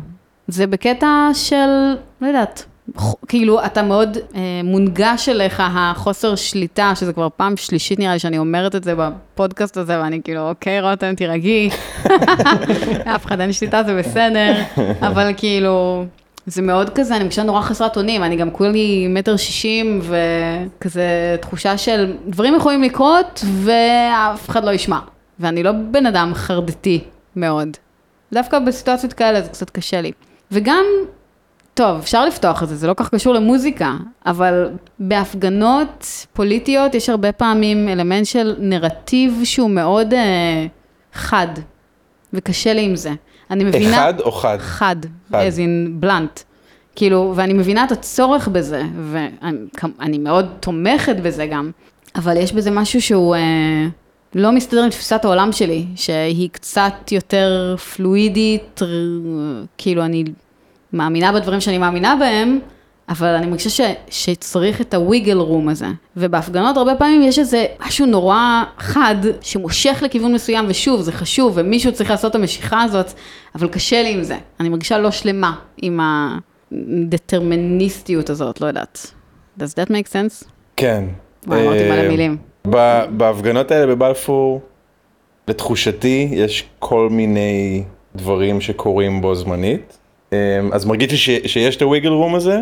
A: זה בקטע של, לא יודעת, ח- כאילו, אתה מאוד אה, מונגש אליך החוסר שליטה, שזה כבר פעם שלישית נראה לי שאני אומרת את זה בפודקאסט הזה, ואני כאילו, אוקיי, רותם, תירגעי. אף אחד אין שליטה, זה בסדר, אבל כאילו... זה מאוד כזה, אני מרגישה נורא חסרת אונים, אני גם כולי מטר שישים וכזה תחושה של דברים יכולים לקרות ואף אחד לא ישמע. ואני לא בן אדם חרדתי מאוד. דווקא בסיטואציות כאלה זה קצת קשה לי. וגם, טוב, אפשר לפתוח את זה, זה לא כל כך קשור למוזיקה, אבל בהפגנות פוליטיות יש הרבה פעמים אלמנט של נרטיב שהוא מאוד אה, חד, וקשה לי עם זה. אני מבינה...
C: אחד או חד?
A: חד,
C: חד.
A: as in בלנט. כאילו, ואני מבינה את הצורך בזה, ואני כמ- אני מאוד תומכת בזה גם, אבל יש בזה משהו שהוא אה, לא מסתדר עם תפיסת העולם שלי, שהיא קצת יותר פלואידית, ר- כאילו, אני מאמינה בדברים שאני מאמינה בהם, אבל אני מרגישה ש, שצריך את הוויגל רום הזה. ובהפגנות הרבה פעמים יש איזה משהו נורא חד שמושך לכיוון מסוים, ושוב, זה חשוב, ומישהו צריך לעשות את המשיכה הזאת, אבל קשה לי עם זה. אני מרגישה לא שלמה עם הדטרמיניסטיות הזאת, לא יודעת. Does that make sense?
C: כן.
A: וואי, אמרתי מלא
C: אה,
A: מילים.
C: ב- בהפגנות האלה בבלפור, לתחושתי, יש כל מיני דברים שקורים בו זמנית. אה, אז מרגיש לי ש- שיש את הוויגל רום הזה,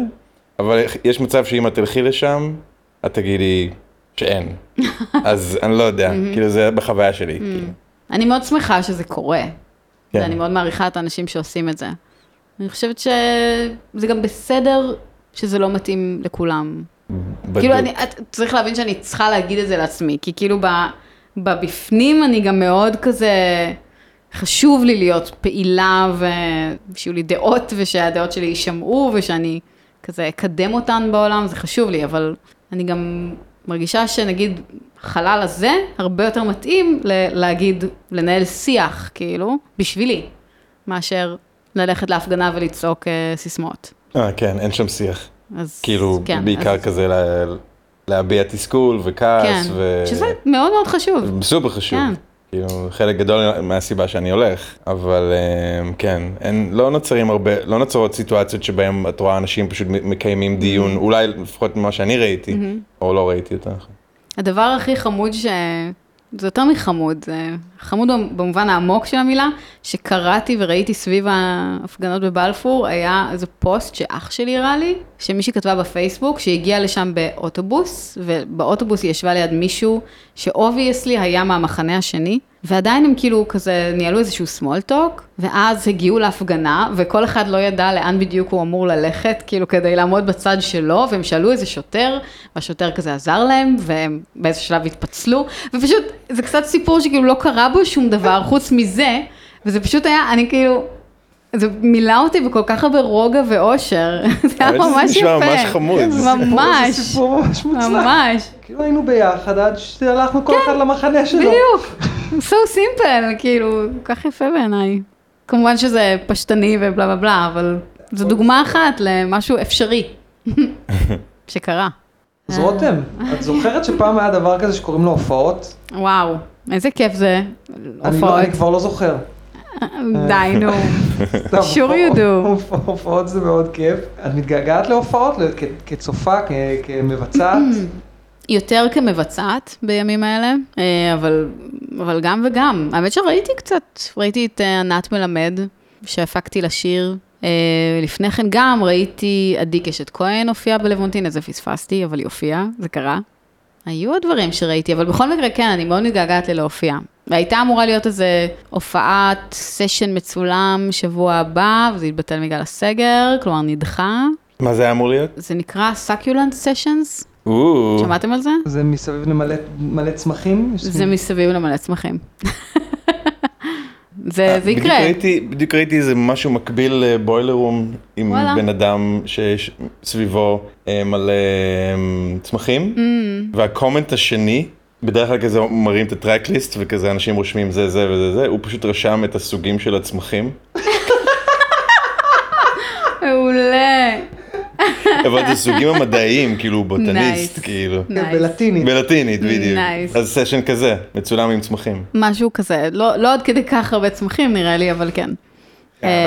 C: אבל יש מצב שאם את תלכי לשם, את תגידי שאין. אז אני לא יודע,
A: Mm-hmm.
C: כאילו זה בחוויה שלי. כאילו.
A: אני מאוד שמחה שזה קורה.
C: כן.
A: ואני מאוד מעריכה את האנשים שעושים את זה. אני חושבת שזה גם בסדר שזה לא מתאים לכולם. כאילו, אני,
C: בדיוק.
A: את, צריך להבין שאני צריכה להגיד את זה לעצמי, כי כאילו ב, בבפנים אני גם מאוד כזה, חשוב לי להיות פעילה ושיהיו לי דעות ושהדעות שלי יישמעו ושאני כזה אקדם אותן בעולם, זה חשוב לי, אבל אני גם מרגישה שנגיד החלל הזה הרבה יותר מתאים ל- להגיד, לנהל שיח, כאילו, בשבילי, מאשר ללכת להפגנה ולצעוק אה, סיסמאות.
C: אה, כן, אין שם שיח.
A: אז
C: כאילו,
A: כן,
C: בעיקר
A: אז-
C: כזה לה- להביע תסכול וכעס.
A: כן,
C: ו-
A: שזה מאוד מאוד חשוב.
C: סופר חשוב.
A: כן.
C: כאילו, חלק גדול מהסיבה שאני הולך, אבל אמ, כן, אין, לא נוצרים הרבה, לא נוצרות סיטואציות שבהן את רואה אנשים פשוט מ- מקיימים דיון, אולי לפחות ממה שאני ראיתי, או לא ראיתי יותר נכון.
A: הדבר הכי חמוד ש... זה יותר מחמוד, זה חמוד במובן העמוק של המילה, שקראתי וראיתי סביב ההפגנות בבלפור, היה איזה פוסט שאח שלי הראה לי, שמישהי כתבה בפייסבוק, שהגיעה לשם באוטובוס, ובאוטובוס היא ישבה ליד מישהו שאובייסלי היה מהמחנה השני, ועדיין הם כאילו כזה ניהלו איזשהו small talk, ואז הגיעו להפגנה, וכל אחד לא ידע לאן בדיוק הוא אמור ללכת, כאילו כדי לעמוד בצד שלו, והם שאלו איזה שוטר, והשוטר כזה עזר להם, והם באיזה שלב התפצלו, ופשוט זה קצת סיפור שכאילו לא קרה בו שום דבר חוץ מזה, וזה פשוט היה, אני כאילו... זה מילא אותי בכל כך הרבה רוגע ואושר, זה היה
C: אבל זה
A: ממש יפה.
C: נשמע ממש חמוד.
B: כן, זה סיפור-
A: ממש.
B: זה סיפור ממש מוצלח.
A: ממש. כן.
B: כאילו היינו ביחד עד שהלכנו כל אחד למחנה שלו.
A: בדיוק, so simple, כאילו, כל כך יפה בעיניי. כמובן שזה פשטני ובלה בלה בלה, אבל
B: אוקיי.
A: זו דוגמה אחת למשהו אפשרי שקרה.
B: אז רותם, את זוכרת שפעם היה דבר כזה שקוראים לו הופעות?
A: אה, וואו, איזה כיף זה,
B: אני לא-
A: הופעות.
B: אני כבר לא זוכר.
A: די, נו.
B: סתם,
A: Sure
B: הופעות-
A: you do.
B: הופ- הופעות זה מאוד כיף. את מתגעגעת להופעות ל- כ- כצופה, כ- כמבצעת?
A: יותר כמבצעת בימים האלה, אה, אבל, אבל גם וגם. האמת שראיתי קצת, ראיתי את אה, ענת מלמד, שהפקתי לשיר. אה, לפני כן גם ראיתי עדי קשת כהן הופיעה בלוונטין, את זה פספסתי, אבל היא הופיעה, זה קרה. היו עוד דברים שראיתי, אבל בכל מקרה, כן, אני מאוד מתגעגעת ללהופיע. והייתה אמורה להיות איזו הופעת סשן מצולם שבוע הבא, וזה התבטל בגלל הסגר, כלומר נדחה.
C: מה זה היה אמור להיות?
A: זה נקרא סקיולנט סשנס,
C: או,
A: שמעתם על זה?
B: זה מסביב למלא מלא צמחים? יש
A: זה מסביב למלא צמחים. זה,
C: אה,
A: זה
C: בדיוק
A: יקרה.
C: ראיתי- בדיוק ראיתי איזה משהו מקביל לבוילר רום עם
A: וואלה.
C: בן אדם שיש סביבו אה, מלא אה, צמחים,
A: Mm.
C: והקומנט השני, בדרך כלל כזה מראים את הטרק ליסט וכזה אנשים רושמים זה זה וזה זה, הוא פשוט רשם את הסוגים של הצמחים.
A: מעולה.
C: אבל זה סוגים המדעיים, כאילו הוא בוטניסט,
A: Nice.
C: כאילו.
A: Nice.
B: בלטינית.
C: בלטינית בדיוק.
A: Nice.
C: אז סשן כזה, מצולם עם צמחים.
A: משהו כזה, לא, לא עד כדי כך הרבה צמחים נראה לי, אבל כן.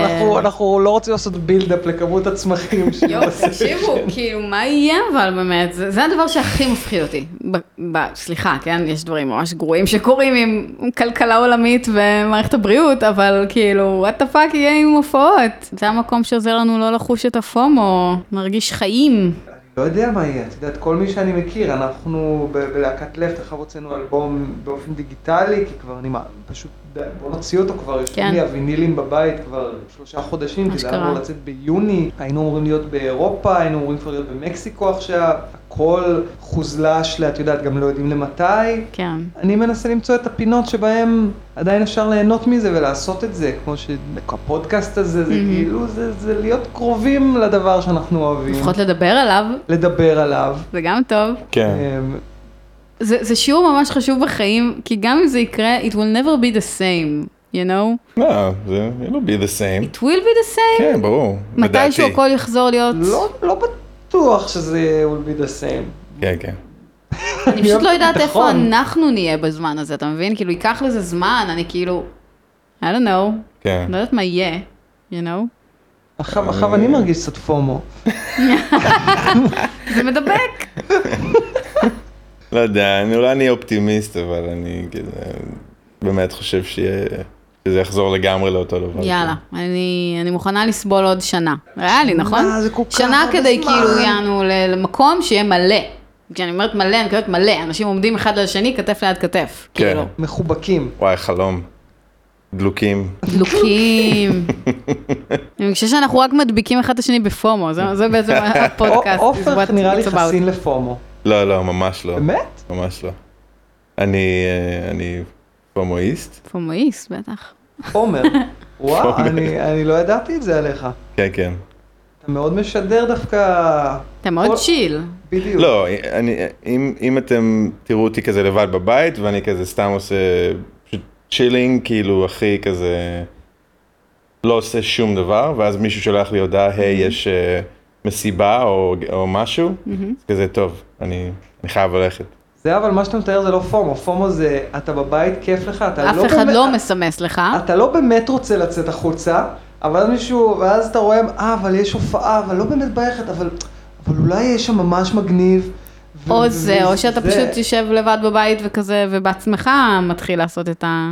B: אנחנו- אנחנו לא רוצים לעשות בילדאפ לכמות הצמחים. של-
C: לא,
A: יואו, תקשיבו,
C: כן.
A: כאילו, מה יהיה אבל באמת? זה, זה הדבר שהכי מפחיד אותי. ב, ב, סליחה, כן? יש דברים ממש גרועים שקורים עם כלכלה עולמית ומערכת הבריאות, אבל כאילו, what the fuck יהיה עם הופעות? זה המקום שעוזר לנו לא לחוש את הפומו, מרגיש חיים.
B: לא יודע מה יהיה, את יודעת, כל מי שאני מכיר, אנחנו ב- בלהקת לב, תכף הוצאנו אלבום באופן דיגיטלי, כי כבר אני מע- פשוט, די, בוא נוציא אותו כבר, יש
A: כן.
B: לי הווינילים בבית כבר שלושה חודשים, כי זה היה
A: אשכרה.
B: אמור לצאת ביוני, היינו אמורים להיות באירופה, היינו אמורים כבר להיות במקסיקו עכשיו, הכל חוזלש, ל- את יודעת, גם לא יודעים למתי.
A: כן.
B: אני מנסה למצוא את הפינות שבהן עדיין אפשר ליהנות מזה ולעשות את זה, כמו שהפודקאסט הזה, זה
A: מהמם.
B: כאילו, זה, זה להיות קרובים לדבר שאנחנו אוהבים,
A: לפחות לדבר עליו,
B: לדבר עליו.
A: זה גם טוב.
C: כן.
B: אמ,
A: זה, זה שיעור ממש חשוב בחיים, כי גם אם זה יקרה, it will never be the same, you know?
C: לא, זה לא be the same.
A: it will be the same.
C: כן, ברור.
A: מתישהו
C: לדעתי.
A: הכל יחזור להיות...
B: לא, לא בטוח שזה will be the same.
C: כן, כן.
A: אני פשוט לא יודעת איפה
B: נכון.
A: אנחנו נהיה בזמן הזה, אתה מבין? כאילו, ייקח לזה זמן, אני כאילו... I don't know,
C: כן.
A: לא יודעת מה יהיה, you know?
B: עכשיו, עכשיו
C: אה.
B: אני מרגיש קצת
C: כן.
B: פומו.
A: זה מדבק.
C: אוקיי. לא יודע, אני- אולי אני אופטימיסט, אבל אני כזה, באמת חושב שיהיה- שזה יחזור לגמרי לאותו דבר.
A: יאללה, אני, אני מוכנה לסבול עוד שנה. ריאלי, נכון?
B: זה כל כך
A: שנה
B: הרבה
A: כדי
B: זמן.
A: כאילו, יענו, ל- למקום שיהיה מלא. כשאני אומרת מלא, אני מתכוונת מלא. אנשים עומדים אחד על השני, כתף ליד כתף.
C: כן.
A: כאילו,
B: מחובקים.
C: וואי, חלום. דלוקים.
A: דלוקים. אני חושבת שאנחנו רק מדביקים אחד את השני בפומו, זה, זה בעצם הפודקאסט. is
B: עופר
A: what
B: נראה לי
A: it's about.
B: חסין לפומו.
C: לא, לא, ממש לא.
B: באמת?
C: ממש לא. אני, אה, אני פומואיסט.
A: פומואיסט, בטח.
B: עומר. וואו, אני אני לא ידעתי את זה עליך.
C: כן, כן.
B: אתה מאוד משדר דווקא...
A: אתה מאוד
B: כל-
A: צ'יל.
B: בדיוק.
C: לא, אני, אם, אם אתם תראו אותי כזה לבד בבית, ואני כזה סתם עושה פשוט צ'ילינג, כאילו הכי כזה לא עושה שום דבר, ואז מישהו שולח לי הודעה, היי, יש אה, מסיבה או, או משהו, אז כזה טוב, אני, אני חייב ללכת.
B: זה אבל מה שאתה מתאר זה לא פומו, פומו זה אתה בבית, כיף לך, אתה
A: אף
B: לא
A: אחד
B: באמת-
A: לא מסמס לך.
B: אתה לא באמת רוצה לצאת החוצה, אבל מישהו, ואז אתה רואה, אה, אבל יש הופעה, אבל לא באמת בלכת, אבל, אבל אולי יש שם ממש מגניב. ו-
A: או
B: ו-
A: זה, או שאתה
B: זה.
A: פשוט יושב לבד בבית וכזה, ובעצמך מתחיל לעשות את ה...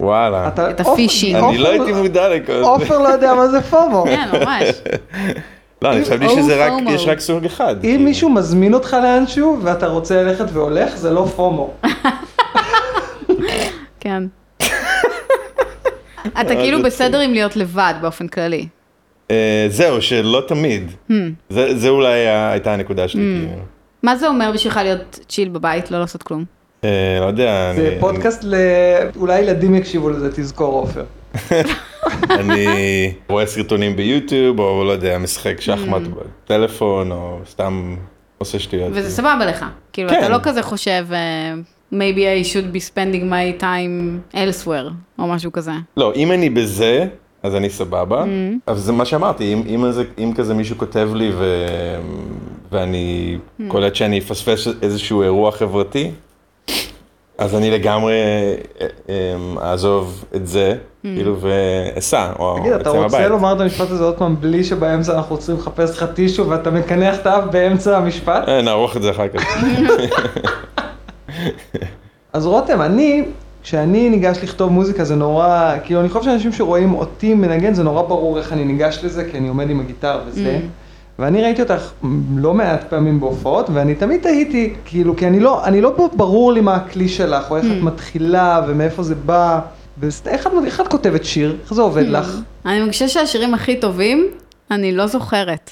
C: וואלה.
B: אתה-
A: את
B: עופר-
A: הפישינג.
C: אני לא
B: עופר-
C: הייתי מודע לכל זה.
B: עופר לא יודע מה זה פומו.
A: כן, ממש.
C: לא, אני חשבתי
A: או
C: שזה רק,
A: פומו.
C: יש רק סוג אחד.
B: אם
C: כאילו.
B: מישהו מזמין אותך לאנשהו ואתה רוצה ללכת והולך, זה לא פומו.
A: כן. אתה
B: אה,
A: כאילו בסדר עם להיות לבד באופן כללי.
C: אה, זהו, שלא תמיד. זה זה אולי היה- הייתה הנקודה שלי. כאילו.
A: מה זה אומר בשבילך להיות צ'יל בבית, לא לעשות כלום?
C: אה, לא יודע.
B: זה
C: אני-
B: פודקאסט ל... אולי ילדים יקשיבו לזה, תזכור עופר.
C: אני רואה סרטונים ביוטיוב, או לא יודע, משחק שחמט בטלפון, או סתם עושה שטויות.
A: Mm. וזה סבבה לך. כאילו,
C: כן.
A: אתה לא כזה חושב, אה, maybe I should be spending my time elsewhere, או משהו כזה.
C: לא, אם אני בזה, אז אני סבבה.
A: Mm.
C: אבל זה מה שאמרתי, אם, אם, איזה, אם כזה מישהו כותב לי ו... ואני
A: Mm.
C: קולט שאני אפספס איזשהו אירוע חברתי, אז אני לגמרי אה, אה, אעזוב את
A: Mm.
C: זה, כאילו, ואסע, או
B: תגיד, אתה
C: אצא
B: רוצה
C: מהבית.
B: לומר את המשפט הזה עוד פעם בלי שבאמצע אנחנו צריכים לחפש לך טישו ואתה מקנח את האף באמצע המשפט?
C: אה, נערוך את זה אחר כך.
B: אז רותם, אני, כשאני ניגש לכתוב מוזיקה זה נורא, כאילו אני חושב שאנשים שרואים אותי מנגן זה נורא ברור איך אני ניגש לזה, כי אני עומד עם הגיטר וזה.
A: Mm.
B: ואני ראיתי אותך לא מעט פעמים בהופעות, ואני תמיד תהיתי, כאילו, כי אני לא, אני לא ברור לי מה הכלי שלך, או איך
A: Mm.
B: את מתחילה, ומאיפה זה בא, ואיך את, איך את כותבת שיר, איך זה
A: Mm.
B: עובד לך?
A: אני מרגישה שהשירים הכי טובים, אני לא זוכרת.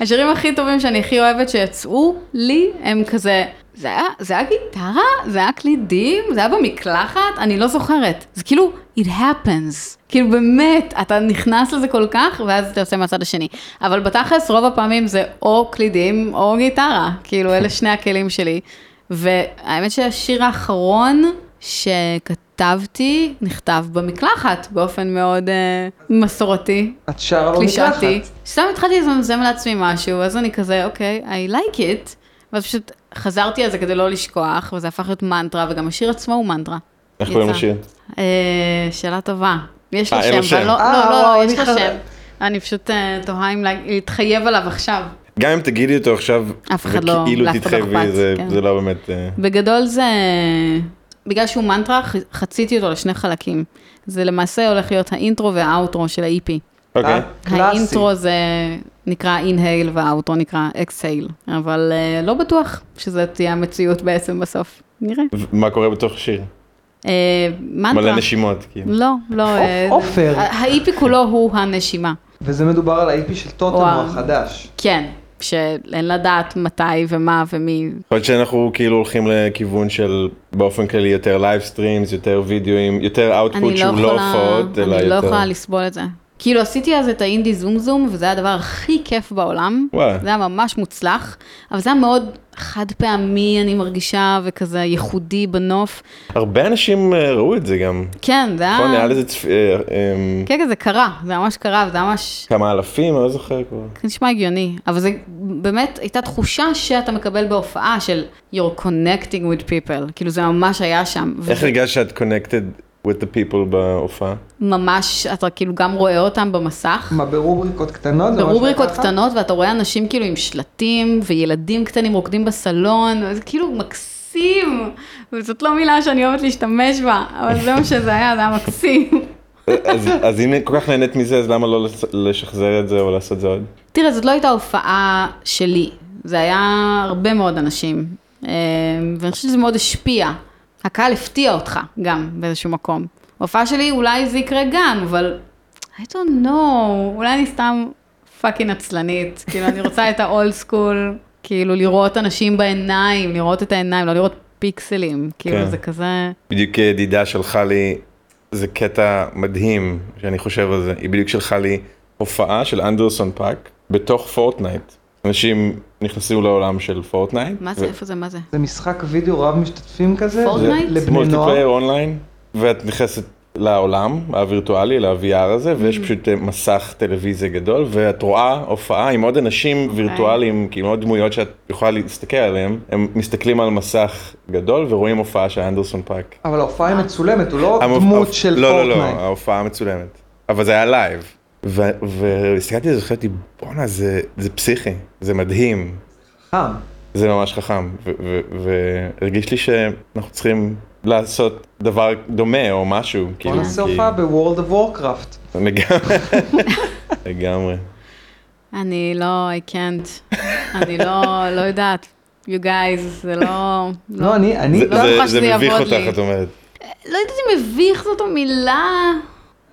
A: השירים הכי טובים שאני הכי אוהבת שיצאו לי, הם כזה, זה היה, זה היה גיטרה? זה היה קלידים? זה היה במקלחת? אני לא זוכרת. זה כאילו, it happens. כאילו באמת, אתה נכנס לזה כל כך, ואז אתה יוצא מהצד השני. אבל בתכלס, רוב הפעמים זה או קלידים או גיטרה. כאילו, אלה שני הכלים שלי. והאמת שהשיר האחרון שכתבתי, נכתב במקלחת באופן מאוד uh, מסורתי.
B: את שרה לא מתחת.
A: קלישאתי. סתם התחלתי לזמזם לעצמי משהו, אז אני כזה, אוקיי, I like it, ואז פשוט חזרתי על זה כדי לא לשכוח, וזה הפך להיות מנטרה, וגם השיר עצמו הוא מנטרה.
C: איך קוראים
A: יצא.
C: לשיר?
A: אה, שאלה טובה. יש לו
C: אה, אין לו
A: שם, אבל
C: שם.
A: לא,
B: אה,
A: לא, לא,
B: וואו,
A: לא, יש
B: אני
A: לו
B: חז-
A: שם. אני פשוט אה, תוהה אם לה- להתחייב עליו עכשיו.
C: גם אם תגידי אותו עכשיו,
A: אף אחד לא-
C: וכאילו
A: לאף אחד לא
C: תתחייבי,
A: אכפת,
C: זה-
A: כן.
C: זה לא באמת... אה,
A: בגדול זה, בגלל שהוא מנטרה, ח- חציתי אותו לשני חלקים. זה למעשה הולך להיות האינטרו והאוטרו של ה-EP.
C: אוקיי.
B: אה? קלאסי.
A: האינטרו זה נקרא אינהייל והאוטרו נקרא אקסהייל, אבל אה, לא בטוח שזו תהיה המציאות בעצם בסוף, נראה.
C: מה קורה בתוך השיר?
A: אה, מנטרה.
C: מלא נשימות, כאילו.
A: לא, לא. אה,
B: עופר.
A: ה- ה-EP כולו הוא הנשימה.
B: וזה מדובר על ה-IP של טוטמו
A: וואו.
B: החדש.
A: כן, שאין לדעת מתי ומה ומי.
C: יכול להיות שאנחנו כאילו הולכים לכיוון של באופן כללי יותר לייב סטרימס, יותר וידאוים, יותר
A: אני
C: אאוטפוט
A: לא
C: שהוא לא
A: יכולה,
C: הופעות, אלא
A: אני לא
C: יותר...
A: יכולה לסבול את זה. כאילו עשיתי אז את האינדי זום זום, וזה היה הדבר הכי כיף בעולם.
C: וואלה.
A: זה היה ממש מוצלח, אבל זה היה מאוד חד פעמי, אני מרגישה, וכזה ייחודי בנוף.
C: הרבה אנשים אה, ראו את זה גם.
A: כן, זה היה...
C: נכון, נראה לזה צפ... אה, אה,
A: כן, כן, זה קרה, זה ממש קרה, וזה היה ממש...
C: כמה אלפים, אני לא זוכר כבר.
A: זה נשמע הגיוני, אבל זה באמת הייתה תחושה שאתה מקבל בהופעה של you're connecting with people, כאילו זה ממש היה שם.
C: איך
A: וזה
C: הרגשת שאת connected with the people בהופעה?
A: ממש, אתה כאילו גם רואה אותם במסך.
B: מה, ברובריקות קטנות? זה מה
A: ברובריקות
B: שהיה ככה?
A: קטנות, ואתה רואה אנשים כאילו עם שלטים, וילדים קטנים רוקדים בסלון, זה כאילו מקסים, וזאת לא מילה שאני אוהבת להשתמש בה, אבל זה מה שזה היה, זה היה מקסים.
C: אז, אז אם כל כך נהנית מזה, אז למה לא לס- לשחזר את זה או לעשות זה עוד?
A: תראה, זאת לא הייתה הופעה שלי, זה היה הרבה מאוד אנשים, אה, ואני חושבת שזה מאוד השפיע. הקהל הפתיע אותך גם באיזשהו מקום. בהופעה שלי אולי זה יקרה גם, אבל I don't know, אולי אני סתם פאקינג עצלנית, כאילו אני רוצה את האולד סקול, כאילו לראות אנשים בעיניים, לראות את העיניים, לא לראות פיקסלים, כאילו
C: כן.
A: זה כזה...
C: בדיוק ידידה שלחה לי, זה קטע מדהים שאני חושב על זה, היא בדיוק שלחה לי הופעה של אנדרסון פאק בתוך פורטנייט. אנשים נכנסו לעולם של פורטנייט.
A: מה זה, איפה זה, מה זה?
B: זה משחק וידאו רב משתתפים כזה?
A: פורטנייט?
B: לבני נוער?
C: מולטיפלייר אונליין, ואת נכנסת לעולם הווירטואלי, ל-VR הזה, ויש
A: Mm.
C: פשוט אה, מסך טלוויזיה גדול, ואת רואה הופעה עם עוד אנשים
A: אוקיי.
C: וירטואליים, כאילו עוד דמויות שאת יכולה להסתכל עליהם, הם מסתכלים על מסך גדול ורואים הופעה של אנדרסון פאק.
B: אבל ההופעה היא מצולמת, הוא לא רק
C: המופ-
B: דמות
C: ההופ-
B: של
C: לא, לא, לא,
B: פורטנייט.
C: ההופעה מצולמת. אבל זה היה לייב. ו- והסתכלתי על זה, חשבתי, בואנה, זה זה פסיכי, זה מדהים,
B: חם.
C: זה ממש חכם. ו- ו- והרגיש לי שאנחנו צריכים לעשות דבר דומה או משהו.
B: בוא
C: כאילו,
B: נעשה
C: כי-
B: הופעה בוורלד אוף וורקראפט.
C: לגמרי. לגמרי.
A: אני לא, I can't, אני לא, לא יודעת. You guys, זה לא...
B: לא, אני, אני,
C: זה-
A: לא
C: זה-
A: בטוחה שזה
C: זה מביך
A: יעבוד לי.
C: אותך, את אומרת.
A: לא יודעת אם מביך זאת המילה.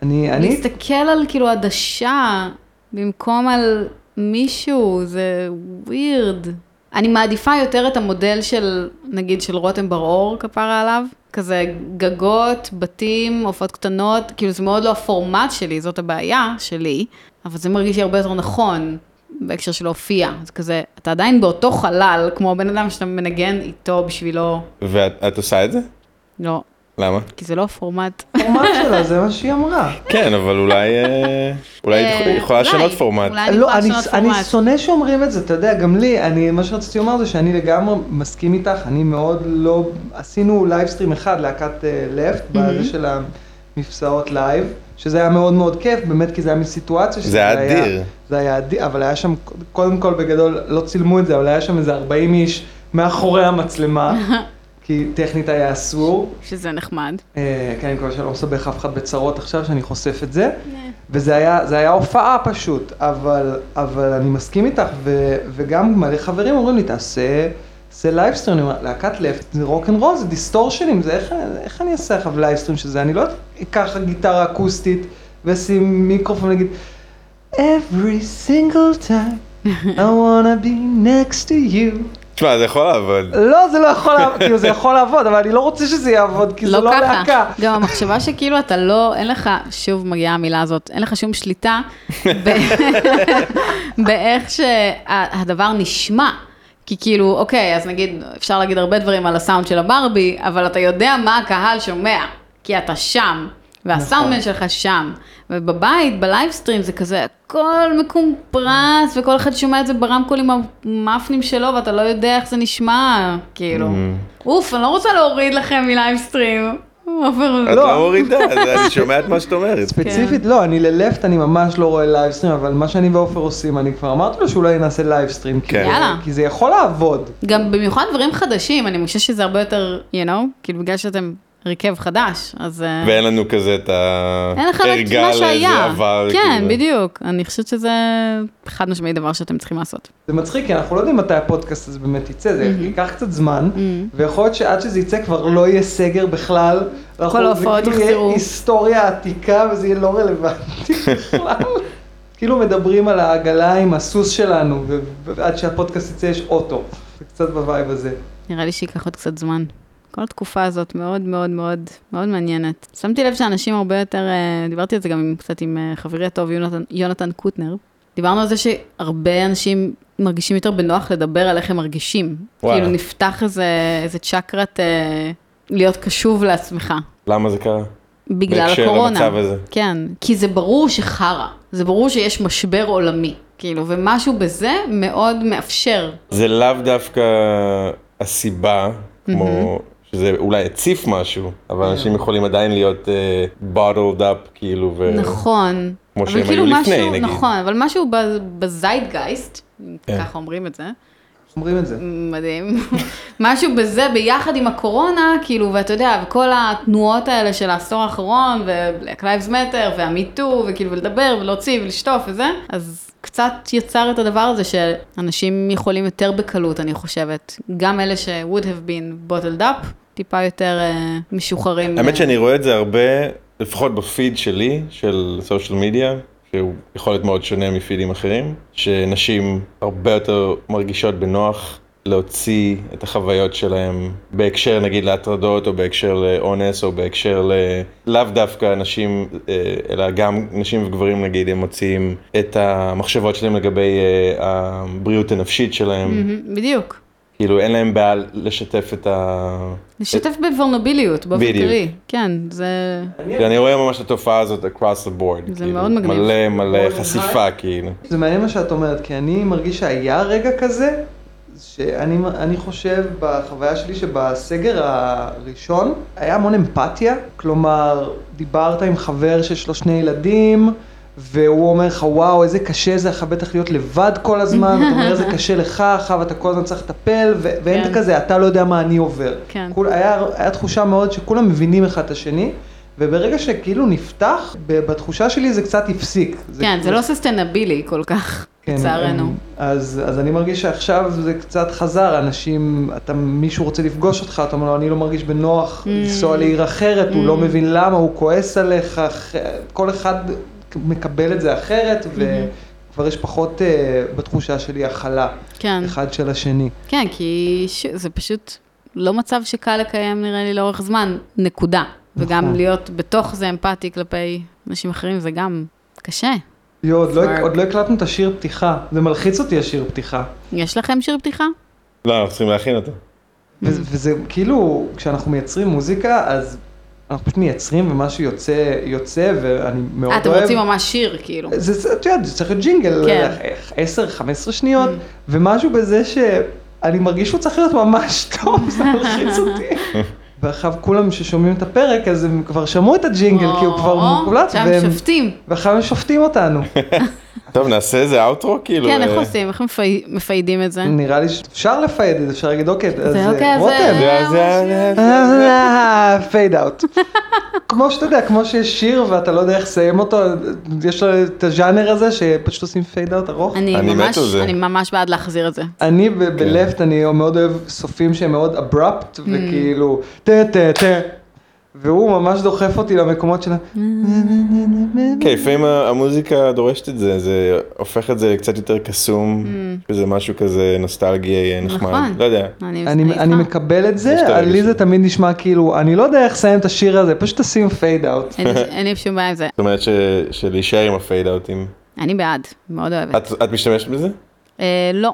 B: אני, אני,
A: להסתכל על כאילו עדשה במקום על מישהו, זה ווירד. אני מעדיפה יותר את המודל של, נגיד, של רותם בר-אור כפרה עליו, כזה גגות, בתים, עופות קטנות, כאילו זה מאוד לא הפורמט שלי, זאת הבעיה שלי, אבל זה מרגיש לי הרבה יותר נכון בהקשר של להופיע. זה כזה, אתה עדיין באותו חלל, כמו הבן אדם שאתה מנגן איתו בשבילו,
C: ואת את עושה את זה?
A: לא,
C: למה?
A: כי זה לא הפורמט.
B: הפורמט שלה, זה מה שהיא אמרה.
C: כן, אבל אולי... אה, אולי
A: אה,
C: היא יכולה
A: אולי,
C: לשנות פורמט.
A: אולי אני
B: לא,
A: יכולה
B: אני,
A: לשנות
B: אני
A: פורמט.
B: שונא שאומרים את זה, אתה יודע, גם לי, אני, מה שרציתי לומר זה שאני לגמרי מסכים איתך, אני מאוד לא, עשינו לייבסטרים אחד, להקת לפט,
A: Mm-hmm.
B: uh, בזה של המפסעות לייב, שזה היה מאוד מאוד כיף, באמת, כי זה היה מסיטואציה שזה
C: זה היה אדיר.
B: זה היה אדיר, אבל היה שם, קודם כל בגדול, לא צילמו את זה, אבל היה שם איזה 40 איש מאחורי המצלמה, כי טכנית היה אסור.
A: שזה נחמד.
B: אה, כן, אני מקווה שאני לא מסבך אף אחד בצרות עכשיו שאני חושף את זה. וזה היה, זה היה הופעה פשוט, אבל, אבל אני מסכים איתך, ו, וגם מלא חברים אומרים לי, תעשה, תעשה לייבסטרים, אני אומר, להקת לפט, זה רוק אנד רול, זה דיסטורשנים, זה איך, איך אני אעשה עכשיו לייבסטרים של זה, אני לא אקח גיטרה אקוסטית ואשים מיקרופון ואגיד, every single time I wanna be next to you.
C: תשמע, זה יכול לעבוד.
B: לא, זה לא יכול לעבוד, כאילו זה יכול לעבוד, אבל אני לא רוצה שזה יעבוד, כי זה
A: לא
B: לא
A: ככה.
B: להקה.
A: גם המחשבה שכאילו אתה לא, אין לך, שוב מגיעה המילה הזאת, אין לך שום שליטה ב- באיך שהדבר נשמע. כי כאילו, אוקיי, אז נגיד, אפשר להגיד הרבה דברים על הסאונד של הברבי, אבל אתה יודע מה הקהל שומע, כי אתה שם,
B: נכון.
A: והסאונדמן שלך שם. ובבית, בלייבסטרים, זה כזה, הכל מקומפרס, וכל אחד שומע את זה ברמקולים המאפנים שלו, ואתה לא יודע איך זה נשמע, כאילו.
B: Mm-hmm.
A: אוף, אני לא רוצה להוריד לכם מלייבסטרים.
C: את
A: אבל-
C: לא מורידה, אז אני שומע את מה שאת אומרת.
B: ספציפית
A: כן.
B: לא, אני ללפט אני ממש לא רואה לייבסטרים, אבל מה שאני ועופר עושים, אני כבר אמרתי לו שאולי נעשה לייבסטרים, כי-
C: כן.
A: יאללה.
B: כי זה יכול לעבוד.
A: גם במיוחד דברים חדשים, אני מרגישה שזה הרבה יותר, you know, כאילו בגלל שאתם הרכב חדש, אז... אה,
C: ואין לנו כזה את
A: אין לך רק
C: הערגה
A: מה שהיה.
C: לאיזה עבר.
A: כן,
C: כאילו.
A: בדיוק. אני חושבת שזה חד משמעי דבר שאתם צריכים לעשות.
B: זה מצחיק, כי אנחנו לא יודעים מתי הפודקאסט הזה באמת יצא, זה
A: Mm-hmm.
B: ייקח קצת זמן,
A: Mm.
B: ויכול להיות שעד שזה יצא כבר לא יהיה סגר בכלל. אנחנו-
A: ההופעות
B: זה כאילו יהיה
A: יחזרו.
B: היסטוריה עתיקה וזה יהיה לא רלוונטי בכלל. כאילו מדברים על העגלה עם הסוס שלנו, ו- ועד שהפודקאסט יצא יש אוטו. זה קצת בווייב הזה.
A: נראה לי שייקח עוד קצת זמן. כל התקופה הזאת מאוד מאוד מאוד מאוד מעניינת. שמתי לב שאנשים הרבה יותר, אה, דיברתי על זה גם עם, קצת עם אה, חברי הטוב יונתן, יונתן קוטנר, דיברנו על זה שהרבה אנשים מרגישים יותר בנוח לדבר על איך הם מרגישים.
C: וואלה.
A: כאילו נפתח איזה, איזה צ'קרת אה, להיות קשוב לעצמך.
C: למה זה קרה?
A: בגלל
C: בהקשר
A: הקורונה.
C: למצב הזה.
A: כן, כי זה ברור שחרא, זה ברור שיש משבר עולמי, כאילו, ומשהו בזה מאוד מאפשר.
C: זה לאו דווקא הסיבה, כמו שזה אולי הציף משהו, אבל
A: כן.
C: אנשים יכולים עדיין להיות אה, bottled up, כאילו, ו...
A: נכון.
C: כמו
A: אבל
C: שהם
A: כאילו
C: היו
A: משהו,
C: לפני, נגיד.
A: נכון, אבל משהו ב- בזיידגייסט,
C: כן.
A: ככה אומרים את זה,
B: אומרים את זה.
A: מדהים, משהו בזה ביחד עם הקורונה, כאילו, ואתה יודע, וכל התנועות האלה של העשור האחרון, ו-Black Lives Matter, והמיטו, וכאילו, ולדבר, ולהוציא, ולשטוף, וזה, אז קצת יצר את הדבר הזה שאנשים יכולים יותר בקלות, אני חושבת, גם אלה ש-would have been bottled up, טיפה יותר אה, משוחררים.
C: האמת
A: אה,
C: שאני רואה את זה הרבה, לפחות בפיד שלי, של סושיאל מדיה, שהוא יכול להיות מאוד שונה מפידים אחרים, שנשים הרבה יותר מרגישות בנוח להוציא את החוויות שלהם בהקשר נגיד להטרדות, או בהקשר לאונס, או בהקשר ל... לאו דווקא נשים, אה, אלא גם נשים וגברים נגיד, הם מוציאים את המחשבות שלהם לגבי אה, הבריאות הנפשית שלהם.
A: מהמם, בדיוק.
C: כאילו אין להם בעיה לשתף את ה...
A: לשתף בוורנוביליות, באופן
C: בדיוק.
A: כללי. כן, זה...
C: אני רואה ממש את התופעה הזאת across the board.
A: זה
C: כאילו,
A: מאוד מגניב.
C: מלא מלא חשיפה, כאילו.
B: זה מעניין מה שאת אומרת, כי אני מרגיש שהיה רגע כזה, שאני אני חושב בחוויה שלי שבסגר הראשון היה המון אמפתיה, כלומר, דיברת עם חבר שיש לו שני ילדים, והוא אומר לך, וואו, איזה קשה זה לך בטח להיות לבד כל הזמן, ואתה אומר, איזה קשה לך, אחר ואתה כל הזמן צריך לטפל, ו- ואין
A: כן.
B: את כזה, אתה לא יודע מה אני עובר.
A: כן.
B: כול, היה, היה תחושה מאוד שכולם מבינים אחד את השני. וברגע שכאילו נפתח, ב- בתחושה שלי זה קצת הפסיק.
A: כן, זה לא ססטנבילי כל כך,
B: כן,
A: לצערנו.
B: אז, אז אני מרגיש שעכשיו זה קצת חזר, אנשים, אתה, מישהו רוצה לפגוש אותך, אתה אומר לו, אני לא מרגיש בנוח
A: Mm.
B: לנסוע לעיר אחרת, הוא לא מבין למה, הוא כועס עליך, אח- כל אחד מקבל את זה אחרת,
A: Mm-hmm.
B: וכבר יש פחות אה, בתחושה שלי הכלה,
A: כן,
B: אחד של השני.
A: כן, כי ש- זה פשוט לא מצב שקל לקיים, נראה לי, לאורך זמן, נקודה. וגם
B: נכון.
A: להיות בתוך זה אמפתי כלפי אנשים אחרים, זה גם קשה.
B: יו, עוד, לא,
A: Smart.
B: עוד לא הקלטנו את השיר פתיחה, זה מלחיץ אותי השיר פתיחה.
A: יש לכם שיר פתיחה?
C: לא, אנחנו צריכים להכין אותו.
B: וזה, וזה כאילו, כשאנחנו מייצרים מוזיקה, אז אנחנו פשוט מייצרים ומשהו יוצא, יוצא, ואני מאוד
A: אה,
B: אוהב.
A: אתם רוצים ממש שיר, כאילו.
B: זה, זה, את יודעת, זה צריך להיות ג'ינגל,
A: כן. Mm.
B: כן. 10-15 שניות, ומשהו בזה שאני מרגיש שהוא צריך להיות ממש טוב, זה מלחיץ אותי. ואחריו כולם ששומעים את הפרק, אז הם כבר שמעו את הג'ינגל, כי הוא כבר
A: או,
B: מוקלט,
A: שם כן.
B: והם- כאילו,
A: שופטים.
B: ואחריו הם שופטים אותנו.
C: טוב, נעשה איזה אאוטרו, כאילו.
A: כן, איך
C: אה,
A: עושים? איך מפי- מפיידים את זה?
B: נראה לי שאפשר לפייד את זה, אפשר להגיד, אוקיי, אז
A: זה
B: אה,
A: אוקיי, אז...
B: רותם.
C: זה- זה-
A: אה,
C: זה-
B: פייד אאוט. כמו שאתה יודע, כמו שיש שיר ואתה לא יודע איך לסיים אותו, יש לו את הז'אנר הזה שפשוט עושים פייד אאוט ארוך.
A: אני
C: אני מת
A: ממש-
C: על זה.
A: אני ממש בעד להחזיר את זה.
B: אני ב- בלפט, אני מאוד אוהב סופים שהם מאוד
A: Mm.
B: אברפט, וכאילו, תה תה תה. והוא ממש דוחף אותי למקומות של ה...
C: כן, לפעמים ה- המוזיקה דורשת את זה, זה הופך את זה לקצת יותר קסום, וזה משהו כזה נוסטלגי אה, נחמד.
A: Mm. נכון.
C: לא יודע.
B: אני, אני
A: איתך.
B: מקבל את
C: יש את
B: זה,
C: הרגש
B: לי זה
C: הזה.
B: תמיד נשמע כאילו, אני לא יודע איך לסיים את השיר הזה, פשוט תשים פייד אאוט.
A: אין לי- אין לי שום בעיה עם זה.
C: זאת אומרת ש- שלהישאר עם הפייד אאוטים.
A: אני בעד, מאוד אוהבת.
C: את את משתמשת בזה?
A: אה, לא,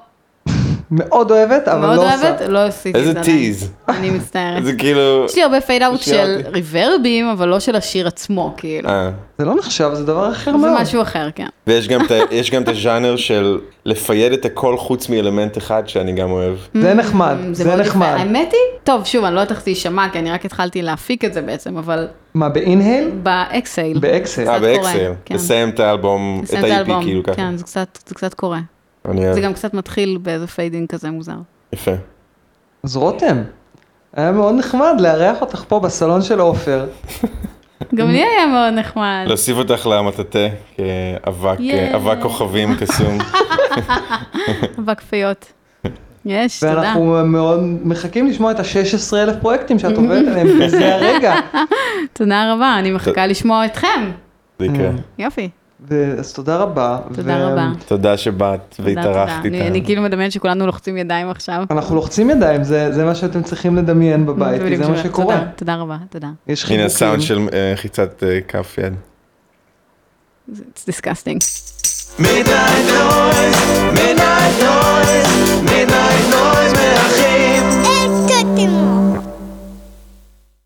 B: מאוד אוהבת, אבל
A: מאוד
B: לא עושה.
A: אוהבת, לא עשיתי את זה.
C: איזה
A: עדיין.
C: טיז.
A: אני מצטערת.
C: זה כאילו...
A: יש לי הרבה פייד אאוט של
C: שירתי.
A: ריברבים, אבל לא של השיר עצמו, כאילו.
C: אה.
B: זה לא נחשב, זה דבר אחר
A: זה
B: מאוד.
A: משהו אחר, כן.
C: ויש גם את ה- יש גם את הז'אנר של לפייד את הכל חוץ מאלמנט אחד שאני גם אוהב.
B: זה נחמד,
A: Mm,
B: זה
A: מאוד יפה.
B: נחמד.
A: האמת היא, טוב, שוב, אני לא יודעת איך זה יישמע, כי אני רק התחלתי להפיק את זה בעצם, אבל
B: מה, באינהייל?
A: באקסייל.
B: באקסל.
C: אה,
A: קצת קורה,
C: באקסל.
A: כן.
C: לסיים את האלבום, את
A: לסיים
C: ה-EP,
A: האלבום.
C: כאילו ככה.
A: כן, זה קצת- זה קצת קורה.
B: כן.
C: אני אוהב.
A: זה גם כן. קצת מתחיל באיזה פיידינג כזה מוזר.
C: יפה.
B: אז רותם, היה מאוד נחמד לארח אותך פה בסלון של עופר.
A: גם לי היה מאוד נחמד.
B: לא.
C: להוסיף אותך למטאטה כאבק,
A: יאיי.
C: אבק כוכבים קסום.
A: אבק פיות. יש, תודה.
B: ואנחנו מאוד מחכים לשמוע את ה-16 אלף פרויקטים שאת עובדת עליהם, וזה הרגע.
A: תודה רבה, אני מחכה לשמוע אתכם. כן.
C: זה יקרה.
A: יופי.
B: ו- אז תודה רבה.
A: תודה
B: ו-
A: רבה.
C: תודה שבאת
A: תודה, תודה.
C: והתארחת
A: אני-
C: איתנו.
A: אני כאילו מדמיינת שכולנו לוחצים ידיים עכשיו.
B: אנחנו לוחצים ידיים, זה, זה מה שאתם צריכים לדמיין בבית, כי זה מה
A: תודה,
B: שקורה.
A: תודה רבה, תודה.
B: יש
C: הנה
B: חיבוקים.
C: הסאונד של אה, חיצת אה, כף יד.
A: It's disgusting.
D: Midnight noise, midnight noise, midnight noise.